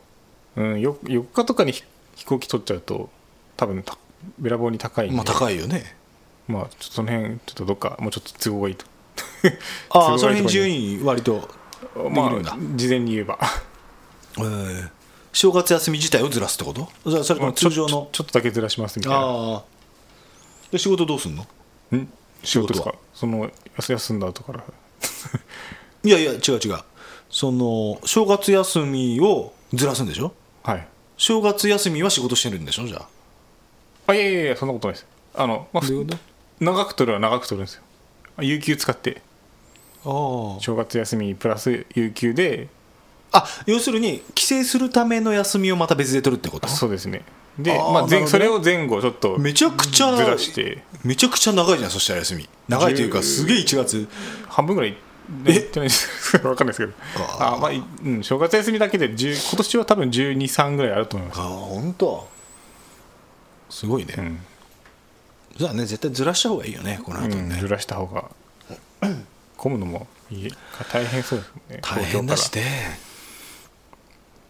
Speaker 3: うんよ4日とかにひ飛行機取っちゃうと多分たべらぼうに高いんで
Speaker 2: まあ高いよね
Speaker 3: まあちょっとその辺ちょっとどっかもうちょっと都合がいいと
Speaker 2: ああ
Speaker 3: 都
Speaker 2: そ
Speaker 3: 合
Speaker 2: の辺
Speaker 3: がいいとこに
Speaker 2: 順位割と
Speaker 3: ま
Speaker 2: るんだ
Speaker 3: あ事前に言えば
Speaker 2: えー正月休み自体をずらすってことそれそれとも通常
Speaker 3: ちょ
Speaker 2: の
Speaker 3: ちょっとだけずらしますみたいな
Speaker 2: ああで仕事どうすんの
Speaker 3: ん仕事です
Speaker 2: 仕事は
Speaker 3: かその休休んだ後から
Speaker 2: いやいや違う違うその正月休みをずらすんでしょ
Speaker 3: はい
Speaker 2: 正月休みは仕事してるんでしょじゃあ
Speaker 3: あいやいやいやそんなことないですあの、まあ、長く取るは長く取るんですよ有給使って
Speaker 2: あ
Speaker 3: 正月休みプラス有給で
Speaker 2: あ要するに帰省するための休みをまた別で取るってこと
Speaker 3: そうですねで
Speaker 2: あー
Speaker 3: まあ、
Speaker 2: なるほ
Speaker 3: 前
Speaker 2: どね
Speaker 3: それを前後ちょっと
Speaker 2: めちゃくちゃ
Speaker 3: ずらして
Speaker 2: めちゃくちゃ長いじゃんそしたら休み長いというか
Speaker 3: 十
Speaker 2: すげえ1月
Speaker 3: 半分ぐらい
Speaker 2: え
Speaker 3: いってないです わかんないですけど
Speaker 2: あー
Speaker 3: あーまあいうん、正月休みだけで10今年は多分1 2 3ぐらいあると思いま
Speaker 2: あ
Speaker 3: す、
Speaker 2: あ本当すごいね、
Speaker 3: うん
Speaker 2: じゃあね絶対ずらした方がいいよねこの後ね、
Speaker 3: うん、ずらした方が混むのもいい大変そうですもんね
Speaker 2: 大変だし
Speaker 3: 東京
Speaker 2: て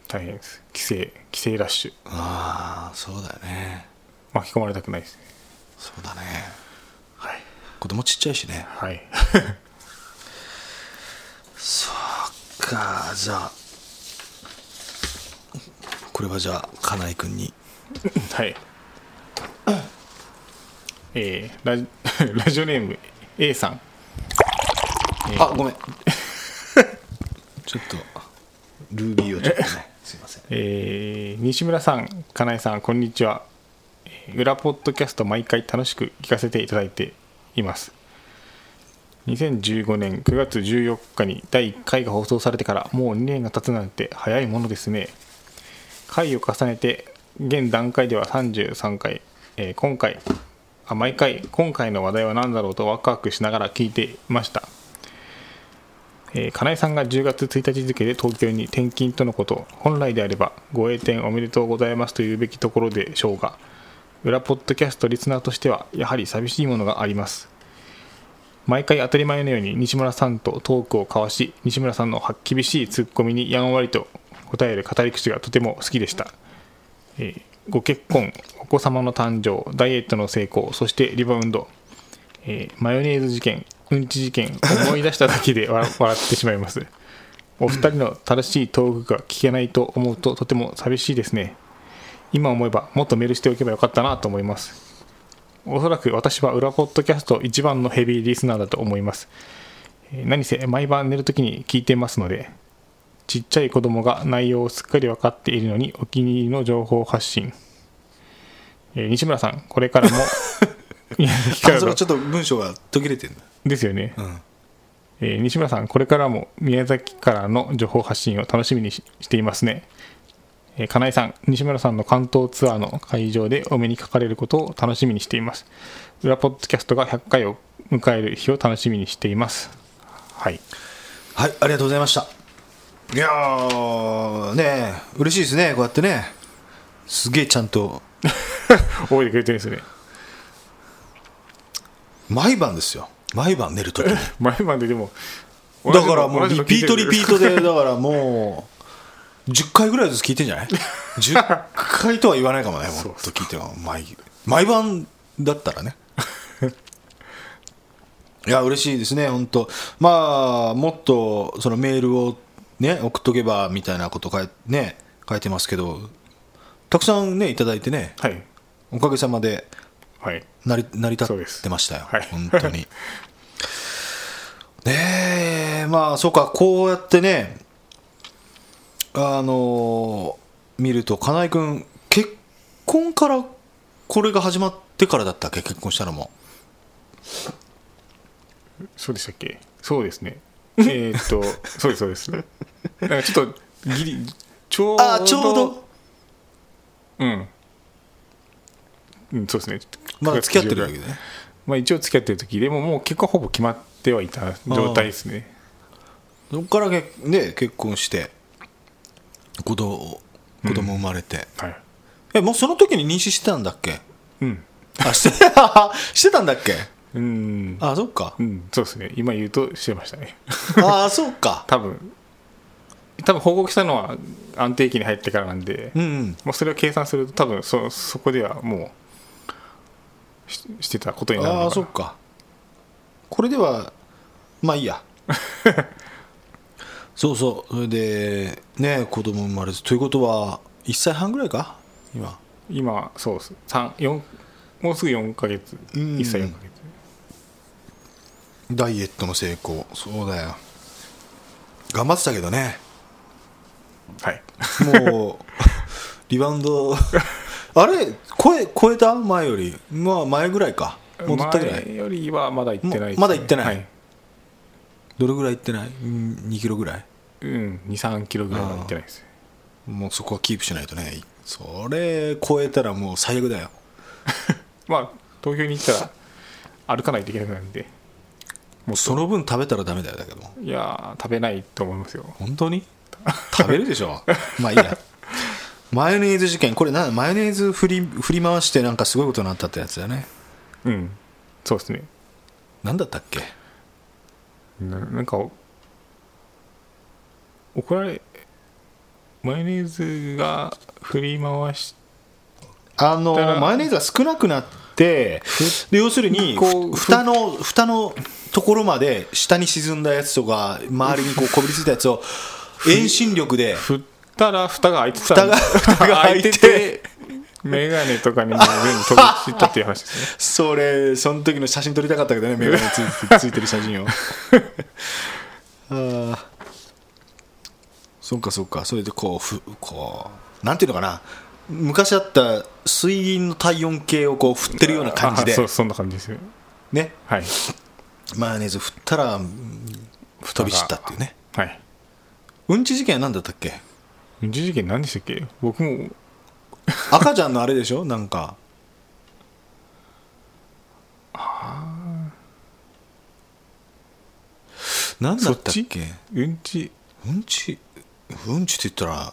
Speaker 3: 大変です帰省帰省ラッシュ
Speaker 2: ああそうだよね
Speaker 3: 巻き込まれたくないですね
Speaker 2: そうだね
Speaker 3: はい
Speaker 2: 子供ちっちゃいしね
Speaker 3: はい
Speaker 2: かじゃあこれはじゃあ金井君に
Speaker 3: はいえーラジ ラジオネーム A さん
Speaker 2: あごめん ちょっとルービーをちょっと ねすいません
Speaker 3: えー西村さん、かなえさん、こんにちは。えー裏ポッドキャスト毎回楽しく聞かせていただいています。2015年9月14日に第1回が放送されてからもう2年が経つなんて早いものですね。回を重ねて、現段階では33回、えー今回、あ、毎回、今回の話題は何だろうとワクワクしながら聞いていました。えー、金井さんが10月1日付で東京に転勤とのこと本来であればご栄転おめでとうございますと言うべきところでしょうが裏ポッドキャストリスナーとしてはやはり寂しいものがあります毎回当たり前のように西村さんとトークを交わし西村さんのはっ厳しいツッコミにやんわりと答える語り口がとても好きでした、えーご結婚お子様の誕生ダイエットの成功そしてリバウンドえーマヨネーズ事件うんち事件思い出しただけで 笑笑ってしまいますお二人の正しいトークが聞けないと思うととても寂しいですね今思えばもっとメールしておけばよかったなと思いますおそらく私は裏ポッドキャスト一番のヘビーリスナーだと思いますえー何せ毎晩寝るときに聞いてますのでちっちゃい子供が内容をすっかり分かっているのにお気に入りの情報発信、えー西村さんこれからも宮崎から
Speaker 2: あそ
Speaker 3: の
Speaker 2: れちょっと文章が途切れてるんだ
Speaker 3: ですよね、
Speaker 2: ん
Speaker 3: えー西村さんこれからも宮崎からの情報発信を楽しみにししていますね、えー、金井さん西村さんの関東ツアーの会場でお目にかかれることを楽しみにしています裏ポッドキャストが100回を迎える日を楽しみにしていますはい
Speaker 2: はいありがとうございましたいやーねえ嬉しいですねこうやってねすげえちゃんと
Speaker 3: 覚えてくれてるんですね
Speaker 2: 毎晩ですよ毎晩寝るときに
Speaker 3: 前まででも同じ
Speaker 2: だ
Speaker 3: の
Speaker 2: からもう
Speaker 3: 同じ
Speaker 2: リ
Speaker 3: の聞い
Speaker 2: ピ
Speaker 3: て
Speaker 2: ー
Speaker 3: る
Speaker 2: トリピートでだからもう10回ぐらいずつ聞いてんじゃ ない ?10 回とは言わないかもねもっと聞いても毎毎晩だった らねいや嬉しいですね本当まあもっとそのメールをね送っとけばみたいなこと書い,、ね、書いてますけどたくさんねいただいてね
Speaker 3: はい
Speaker 2: おかげさまで
Speaker 3: はい
Speaker 2: 成り成り立
Speaker 3: そうで
Speaker 2: っ
Speaker 3: す
Speaker 2: てましたよ、
Speaker 3: はい
Speaker 2: 本当に。ねえ、まあ、そうか、こうやってね、あのー見ると、金井君、結婚から、これが始まってからだったっけ、結婚したのも。
Speaker 3: そうでしたっけそうですね。えーっ と、そうです、そうです。なんかちょっと、ギリ、ちょうど。
Speaker 2: あーちょうど、
Speaker 3: うん。うん、そうですね。
Speaker 2: まだ付き合ってるわ
Speaker 3: け
Speaker 2: け
Speaker 3: で。
Speaker 2: でね。
Speaker 3: まあ一応付き合ってる時でも、もう結果ほぼ決まってはいた状態ですね。
Speaker 2: そこからけ、ね、結婚して、子供子供生まれて、
Speaker 3: はい。
Speaker 2: え、もうその時に妊娠してたんだっけ
Speaker 3: うん。
Speaker 2: あ、して、して たんだっけ
Speaker 3: うん。
Speaker 2: あ、そっか
Speaker 3: う。ん、そうですね。今言うとしてましたね。
Speaker 2: ああ、そうか。
Speaker 3: 多分多分報告したのは安定期に入ってからなんで、
Speaker 2: うんうん
Speaker 3: もうそれを計算すると多分そそこではもうししてたことになるのか
Speaker 2: あ
Speaker 3: な
Speaker 2: あそっかこれではまあいいやそうそうそれでね子供生まれずということは1歳半ぐらいか今
Speaker 3: 今そうです三四もうすぐ4ヶ月
Speaker 2: ん
Speaker 3: 1歳4ヶ月
Speaker 2: ダイエットの成功そうだよ頑張ってたけどね
Speaker 3: はい
Speaker 2: もうリバウンドあれ声超えた前よりまあ前ぐらいか戻ったぐらい
Speaker 3: 前よりはまだ行ってないで
Speaker 2: も
Speaker 3: すね、
Speaker 2: うまだ行ってない
Speaker 3: はい、
Speaker 2: どれぐらいいってない2キロぐらい
Speaker 3: うん23キロぐらいは行ってないです
Speaker 2: もうそこはキープしないとねそれ超えたらもう最悪だよ
Speaker 3: まあ東京に行ったら歩かないといけなくなるんでもう
Speaker 2: その分食べたらダメだよだけど
Speaker 3: いやー食べないと思いますよ
Speaker 2: 本当に食べるでし ょまあいいやマヨネーズ事件これなマヨネーズ振り振り回してなんかすごいことになったってやつだよね
Speaker 3: うんそうですね
Speaker 2: 何だったっけ
Speaker 3: ななんかお怒られマヨネーズが振り回し
Speaker 2: あの
Speaker 3: だから
Speaker 2: マヨネーズが少なくなってで要するに
Speaker 3: こう
Speaker 2: ふ蓋の蓋のところまで下に沈んだやつとか周りにこうこびりついたやつを遠心力で
Speaker 3: 振ったら蓋が開いてた
Speaker 2: 蓋が蓋が開いてて
Speaker 3: メガネとかにも全部飛び散ったっていう話ですね
Speaker 2: それその時の写真撮りたかったけどねメガネつい てついてる写真をああそうかそうかそれでこうふこうなんていうのかな昔あった水銀の体温計をこう振ってるような 感じで
Speaker 3: あそうそんな感じですよ
Speaker 2: ね
Speaker 3: はい
Speaker 2: マヨネーズ振ったらうん飛び散ったっていうね
Speaker 3: はい
Speaker 2: うんち事件は何だったっけ
Speaker 3: 二次元何でしたっけ僕も
Speaker 2: 赤ちゃんのあれでしょなんか何だ
Speaker 3: そ
Speaker 2: っ
Speaker 3: った
Speaker 2: っ
Speaker 3: ち
Speaker 2: け
Speaker 3: うんち
Speaker 2: うんちうんちって言ったら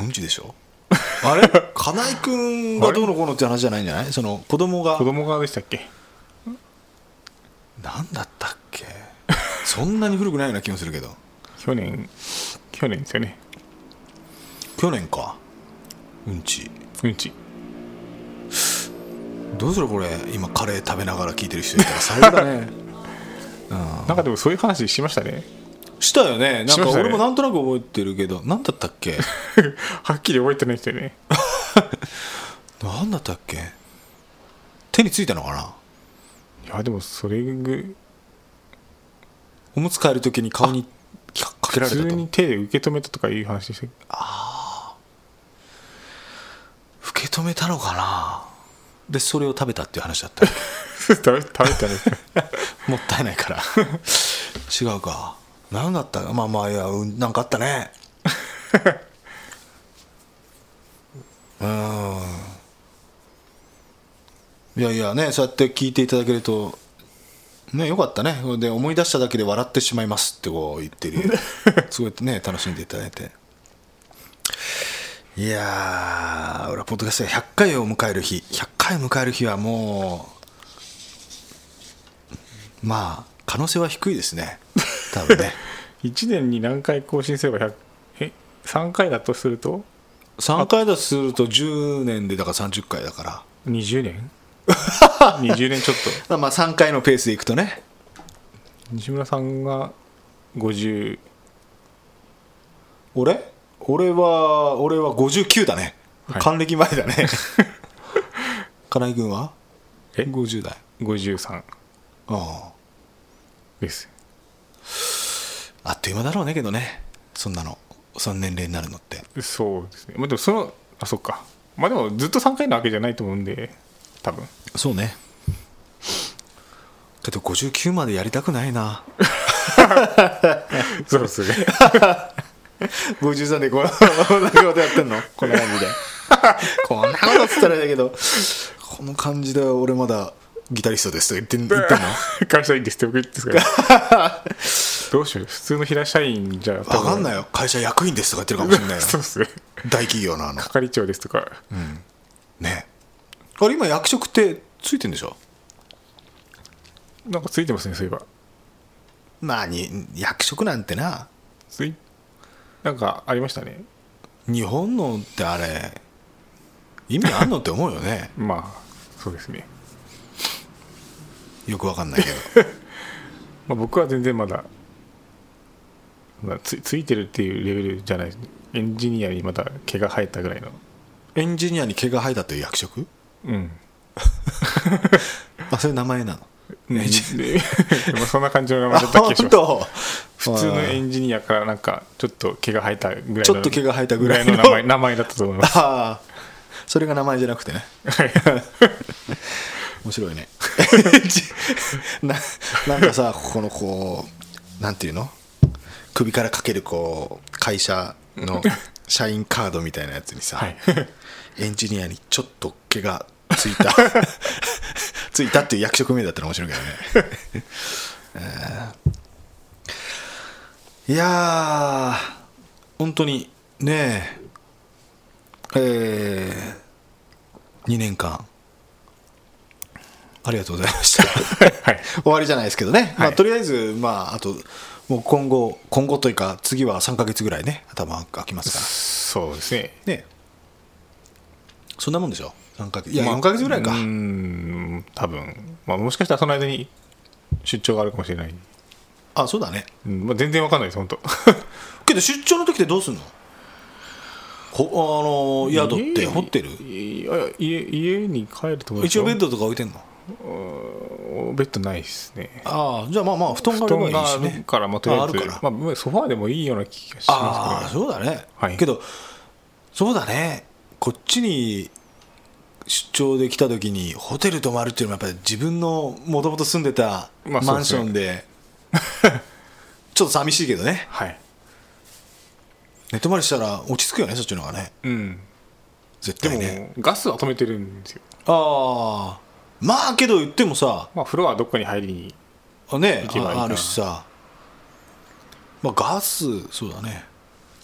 Speaker 2: うんちでしょ あれ金井君がどうのこうのって話じゃないんじゃないその子供が
Speaker 3: 子供側でしたっけ
Speaker 2: 何だったっけそんなに古くないような気もするけど
Speaker 3: 去年去年ですよね
Speaker 2: 去年かうんち
Speaker 3: うんち
Speaker 2: どうするこれ今カレー食べながら聞いてる人いたら最後だね
Speaker 3: なんかでもそういう話しましたね
Speaker 2: したよねなん
Speaker 3: しま
Speaker 2: か
Speaker 3: したね
Speaker 2: 俺もなんとなく覚えてるけど何だったっけ
Speaker 3: はっきり覚えてないですよね
Speaker 2: 何だったっけ手についたのかない
Speaker 3: やでもそれぐ
Speaker 2: おむつ替える時に顔にかかけら
Speaker 3: 普
Speaker 2: れたと
Speaker 3: 通に手で受け止めたとかいう話でしたっけ
Speaker 2: 受け止めたのかなでそれを食べたっていう話だった
Speaker 3: 食べ食べたんです よ
Speaker 2: もったいない から違うか何だったかまあまあいやうんなんかあった ねうーんいやいやねそうやって聞いていただけるとねよかったねで思い出しただけで笑ってしまいますってこう言 ってるすごいね楽しんでいただいていやー裏ポッドキャストが100回を迎える日100回迎える日はもうまあ可能性は低いですね多分 ね
Speaker 3: 1年に何回更新すれば100え3回だとすると
Speaker 2: 3回だとすると10年でだから30回だから
Speaker 3: 20年20年ち ょっと
Speaker 2: まあ3回のペースでいくとね
Speaker 3: 西村さんが50
Speaker 2: 俺俺は俺は59だね、
Speaker 3: はい
Speaker 2: 還暦前だね 金井君は
Speaker 3: え
Speaker 2: 50代
Speaker 3: 53
Speaker 2: うん
Speaker 3: です
Speaker 2: あっという間だろうねけどねそんなのその年齢になるのって
Speaker 3: そうですねまあでもそのあそっかまあでもずっと3回なわけじゃないと思うんで多分
Speaker 2: そうねけど59までやりたくないな
Speaker 3: そうですね
Speaker 2: 53でこんな ことやってんのこんな感じで こんなことっつったらあれだけどこの感じで俺まだギタリストですと言ってん言ってんの
Speaker 3: 会社員ですって僕言ってますから どうしよう普通の平社員じゃ
Speaker 2: 分かんない
Speaker 3: い
Speaker 2: よ会社役員ですとか言ってるかもしれ ないよ
Speaker 3: そうですね
Speaker 2: 大企業のあの
Speaker 3: 係長ですとか
Speaker 2: ねあれ今役職ってついてんでしょ
Speaker 3: なんかついてますねそういえば
Speaker 2: 何役職なんてな
Speaker 3: ついなんかありましたね
Speaker 2: 日本のってあれ意味あんのって思うよ ね
Speaker 3: まあそうですね、
Speaker 2: よく分かんないけど
Speaker 3: まあ、僕は全然まだまあつついてるっていうレベルじゃないですエンジニアにまだ毛が生えたぐらいの
Speaker 2: エンジニアに毛が生えたという役職
Speaker 3: うん
Speaker 2: あそれ名前なの
Speaker 3: ででまあそんな感じの名前
Speaker 2: あ
Speaker 3: だった気が
Speaker 2: 本
Speaker 3: します
Speaker 2: 当
Speaker 3: 普通のエンジニアからなんかちょっと毛が生えたぐらいの
Speaker 2: ちょっと毛が生えたぐらいの
Speaker 3: 名前名前だったと思いま す
Speaker 2: ああそれが名前じゃなくてね面白いね ななんかさここのこうなんていうの首からかけるこう会社の社員カードみたいなやつにさ、
Speaker 3: はい
Speaker 2: エンジニアにちょっと毛がつい たついたっていう役職名だったら面白いけどねえーいやー本当にねええー、2年間ありがとうございました
Speaker 3: はい
Speaker 2: 終わりじゃないですけどね、まあ、
Speaker 3: はい
Speaker 2: とりあえず、まあ、あともう今後、今後というか、次は3か月ぐらいね、頭開きますか
Speaker 3: そうですね
Speaker 2: ら、ね、そんなもんでしょ、3か月、い
Speaker 3: い
Speaker 2: や、4か月ぐらいか、
Speaker 3: うん多分、まあ、もしかしたらその間に出張があるかもしれない、
Speaker 2: あそうだね、
Speaker 3: うんまあ、全然わかんないです本当
Speaker 2: けど出張の時ってどうすんのほあの宿って、ホテル、
Speaker 3: いや家家に帰ると思いま
Speaker 2: 一
Speaker 3: すよ
Speaker 2: 応ベッドとか置いてんの
Speaker 3: ベッドないですね
Speaker 2: ああ、じゃあまあまあ、布団があ
Speaker 3: 布
Speaker 2: れば
Speaker 3: 団
Speaker 2: いい
Speaker 3: が
Speaker 2: し
Speaker 3: ある
Speaker 2: ね。
Speaker 3: から、まあ、とりあえ
Speaker 2: あ
Speaker 3: ず
Speaker 2: あるから
Speaker 3: まあまあ、ソファーでもいいような気がし
Speaker 2: あ
Speaker 3: ま
Speaker 2: あ
Speaker 3: すけど、
Speaker 2: そうだね、
Speaker 3: はい
Speaker 2: けどそうだねこっちに出張で来た時にホテル泊まるっていうのはやっぱり自分のもともと住んでた
Speaker 3: まあ
Speaker 2: マンションで,、 ちょっと寂しいけどね
Speaker 3: はい
Speaker 2: 寝泊まりしたら落ち着くよねそっちの方がね
Speaker 3: うん、
Speaker 2: 絶
Speaker 3: で
Speaker 2: 対
Speaker 3: も、
Speaker 2: ね
Speaker 3: ガスは止めてるんですよ、
Speaker 2: ああまあけど言ってもさ
Speaker 3: まあ、風呂はどっかに入りに
Speaker 2: ね
Speaker 3: 行けばいいか
Speaker 2: ああるしさまあガスそうだね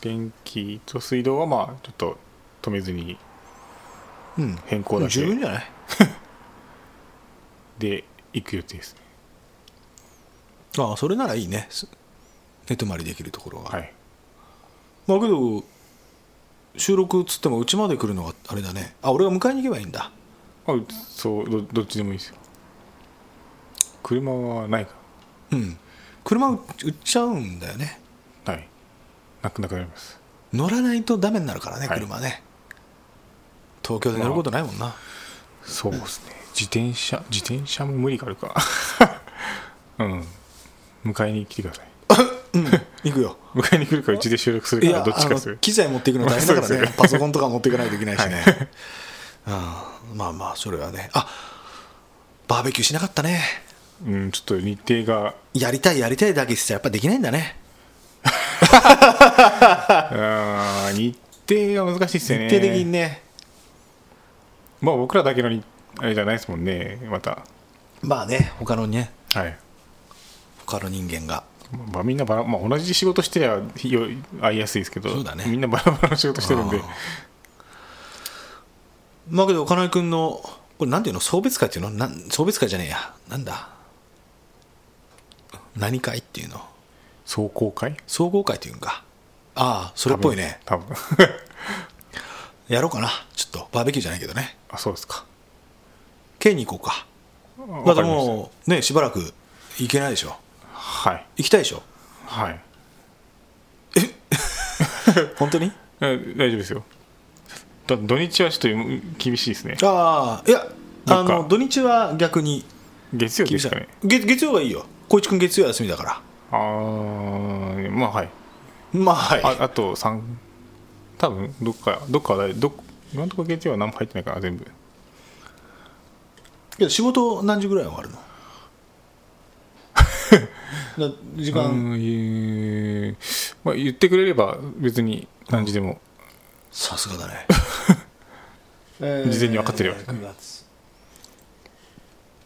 Speaker 3: 電気と水道はまあちょっと止めずに
Speaker 2: うん
Speaker 3: 変更だ
Speaker 2: 十分
Speaker 3: け
Speaker 2: じゃない
Speaker 3: で行く予定ですね
Speaker 2: ああそれならいいねす寝泊まりできるところは
Speaker 3: はい
Speaker 2: まあけど収録つってもうちまで来るのがあれだねあ俺が迎えに行けばいいんだ
Speaker 3: あそうどどっちでもいいですよ車はないか
Speaker 2: うん車売売っちゃうんだよね
Speaker 3: はいなくなくなります
Speaker 2: 乗らないとダメになるからね
Speaker 3: はい
Speaker 2: 車ね、東京で乗ることないもんな、
Speaker 3: そうですね自転車自転車も無理があるか うん迎えに来てください
Speaker 2: 行くよ
Speaker 3: 迎えに来るかうちで収録す
Speaker 2: い
Speaker 3: るか
Speaker 2: や
Speaker 3: どっ
Speaker 2: あ
Speaker 3: ちか
Speaker 2: の
Speaker 3: でする
Speaker 2: 機材持っていくの大変だから
Speaker 3: そうで
Speaker 2: ね
Speaker 3: すよね
Speaker 2: パソコンとか持っていかないといけないしね、うん、まあまあそれはねあバーベキューしなかったね
Speaker 3: うんちょっと日程が
Speaker 2: やりたいやりたいだけしてやっぱできないんだね
Speaker 3: あー日程が難しいですよね
Speaker 2: 徹底的にね
Speaker 3: まあ僕らだけのにあれじゃないですもんねまた
Speaker 2: まあね他のね
Speaker 3: はい
Speaker 2: 他の人間が
Speaker 3: まあ、みんなバラ、まあ、同じ仕事してりゃよ会いやすいですけど
Speaker 2: そうだね
Speaker 3: みんなバラバラの仕事してるんで
Speaker 2: まあけど金井君のこれなんていうの送別会っていうのなん送別会じゃねえやなんだ何会っていうの
Speaker 3: 壮行会
Speaker 2: 総合会っていうんかああそれっぽいね
Speaker 3: 多分
Speaker 2: やろうかなちょっとバーベキューじゃないけどね
Speaker 3: あそうですか
Speaker 2: 県に行こうかだ
Speaker 3: わ
Speaker 2: って
Speaker 3: かりました
Speaker 2: もうねしばらく行けないでしょ
Speaker 3: はい
Speaker 2: 行きたいでしょ
Speaker 3: はい
Speaker 2: 本当に
Speaker 3: え大丈夫ですよだ土日はちょっと厳しいですね
Speaker 2: ああいやあ
Speaker 3: なんか
Speaker 2: の土日は逆に
Speaker 3: 月曜日
Speaker 2: 厳
Speaker 3: で
Speaker 2: し
Speaker 3: す
Speaker 2: い
Speaker 3: かね
Speaker 2: 月月曜がいいよ光一君月曜休みだから
Speaker 3: あーまあはい
Speaker 2: まあはい
Speaker 3: ああと3多分どっかどっかは誰どっ今のところ月曜は何も入ってないから全部
Speaker 2: けど仕事何時ぐらい終わる のだ時
Speaker 3: う
Speaker 2: 間
Speaker 3: んいうまあ、言ってくれれば別に何時でも、
Speaker 2: さすがだね
Speaker 3: 事前に分かってるよ
Speaker 2: えー9月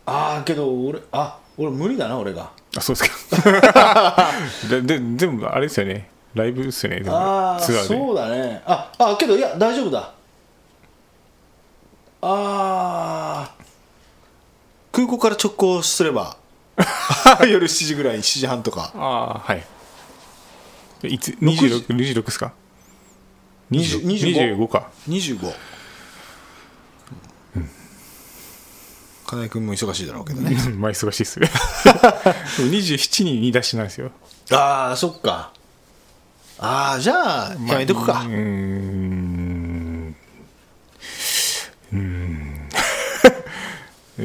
Speaker 2: ああけど俺あ俺無理だな俺が
Speaker 3: あそうです かでで全部あれですよねライブですよね全部ツ
Speaker 2: あ
Speaker 3: ア
Speaker 2: あ
Speaker 3: ーで
Speaker 2: そうだねああけどいや大丈夫だああ空港から直行すれ ば夜7時ぐらい7時半とか
Speaker 3: ああはいでいつ
Speaker 2: 時
Speaker 3: 26, 26ですか20
Speaker 2: 25
Speaker 3: 25か
Speaker 2: 25うん金井君も忙しいだろうけどね
Speaker 3: まあ忙しいっすね でも27人に出しなんですよ
Speaker 2: ああそっかああじゃあやめとくか、
Speaker 3: うーんうーん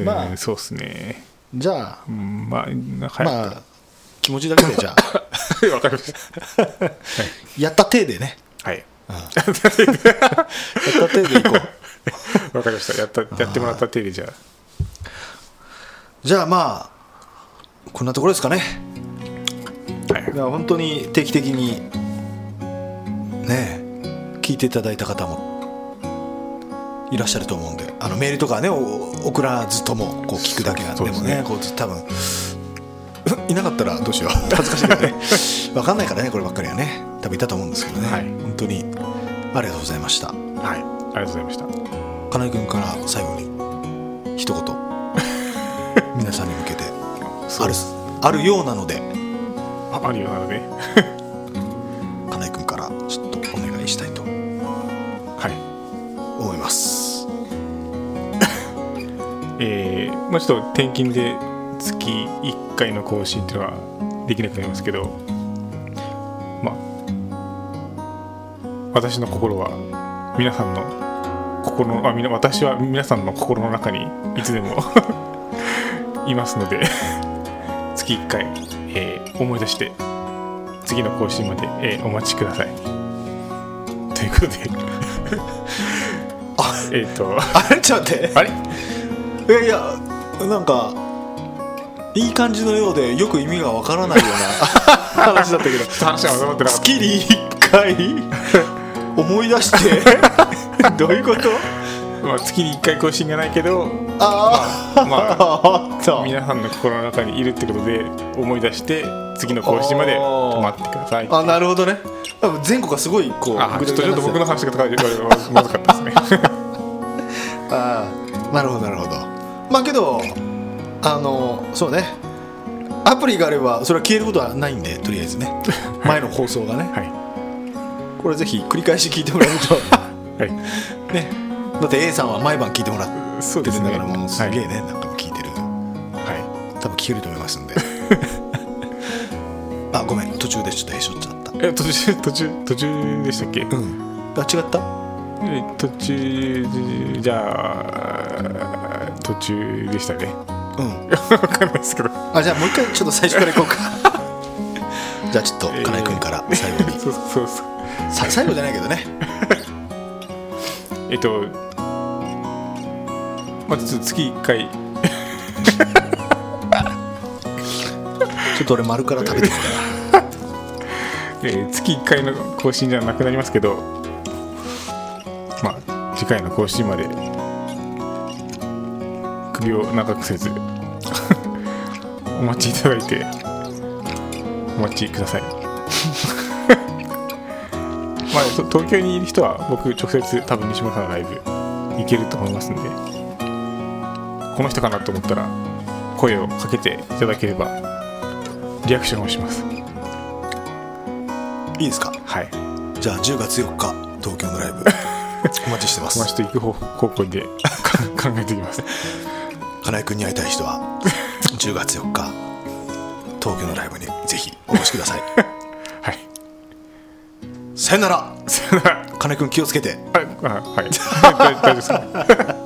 Speaker 2: まあ
Speaker 3: うんそうっすね
Speaker 2: じゃあ
Speaker 3: うんまあ早く、
Speaker 2: まあ気持ちだけでじゃあ
Speaker 3: わかりました
Speaker 2: やった体でね
Speaker 3: はい
Speaker 2: やった体でいこう
Speaker 3: わかりましたやったやってもらった手でじゃあ
Speaker 2: じゃあまあこんなところですかね
Speaker 3: はい
Speaker 2: いや本当に定期的にねえ聞いていただいた方もいらっしゃると思うんであのメールとかねお送らずともこう聞くだけなんで
Speaker 3: そう
Speaker 2: で
Speaker 3: です
Speaker 2: も
Speaker 3: ね
Speaker 2: ねこう多分 いなかったらどうしよう恥ずかしいけど ね分かんないからねこればっかりはね多分いたと思うんですけどね、
Speaker 3: はい
Speaker 2: 本当にありがとうございました
Speaker 3: はい、ありがとうございました。
Speaker 2: 金井君から最後に 一言皆さんに向けてあるあるようなので
Speaker 3: ああるよなので、ね、
Speaker 2: 金井君からちょっとお願いしたいと
Speaker 3: はい
Speaker 2: 思います
Speaker 3: えー、まあちょっと転勤で月1回の更新っていうのはできなくなりますけどまあ私の心は皆さんの心のあみな私は皆さんの心の中にいつでも いますので月1回、えー思い出して次の更新まで、えーお待ちくださいということで
Speaker 2: あ
Speaker 3: えっと
Speaker 2: あれちょっと待って
Speaker 3: あれ
Speaker 2: いやいやなんかいい感じのようでよく意味がわからないような 話だったけど
Speaker 3: 話がまとまってなかった
Speaker 2: 月に1回思い出 してどういうこと
Speaker 3: まあ、月に1回更新がないけど、
Speaker 2: あ
Speaker 3: まあ、
Speaker 2: ああった
Speaker 3: 皆さんの心の中にいるってことで思い出して次の更新まで待ってください
Speaker 2: あなるほどね多分前後がすごいこう
Speaker 3: あ
Speaker 2: ぐ
Speaker 3: ち
Speaker 2: ち
Speaker 3: ょ
Speaker 2: ゃ
Speaker 3: っ
Speaker 2: ぐ
Speaker 3: と
Speaker 2: ちゃ
Speaker 3: ち
Speaker 2: にな
Speaker 3: ょっと僕の
Speaker 2: って
Speaker 3: 話が高いまずかったですね
Speaker 2: たあーなるほどなるほどまあけどあのそうねアプリがあればそれは消えることはないんでとりあえ ずね前の放送がね
Speaker 3: は
Speaker 2: これぜひ繰り返し聞いてもらえると
Speaker 3: い、は
Speaker 2: ねだって A さんは毎晩聞いてもらって
Speaker 3: い、そう
Speaker 2: て
Speaker 3: で
Speaker 2: る
Speaker 3: す
Speaker 2: んだ
Speaker 3: ね
Speaker 2: からもうすげえ
Speaker 3: は
Speaker 2: ね、なんか聞いてる
Speaker 3: い、は
Speaker 2: 多分聞けると思いますん であごめん途中でちょっとへしょっちゃった
Speaker 3: い、え途中途中途中でしたっけ、
Speaker 2: うんあ違った
Speaker 3: え途中じゃあ途中でしたね
Speaker 2: うん
Speaker 3: わかんないですけど
Speaker 2: あじゃあもう一回ちょっと最初からいこうか じゃあちょっと金井君から最後に、
Speaker 3: そうそうそう
Speaker 2: さ最後じゃないけどね
Speaker 3: えっと、まあ、ちょっと月1回
Speaker 2: ちょっと俺丸から食べてく
Speaker 3: えー月1回の更新じゃなくなりますけどまあ次回の更新まで首を長くせず お待ちいただいてお待ちください まあと東京にいる人は僕直接多分西村さんのライブ行けると思いますんでこの人かなと思ったら声をかけていただければリアクションをします
Speaker 2: いいですか
Speaker 3: はい
Speaker 2: じゃあ10月4日東京のライブ お待ちしてま
Speaker 3: まあ、
Speaker 2: す
Speaker 3: ちょっと行く方方向で考えていきます。
Speaker 2: 金井君に会いたい人 は10月4日東京のライブにぜひお越しください
Speaker 3: はい。
Speaker 2: さよなら
Speaker 3: さよなら。
Speaker 2: 金井君気をつけて
Speaker 3: ああはい。大大丈夫ですか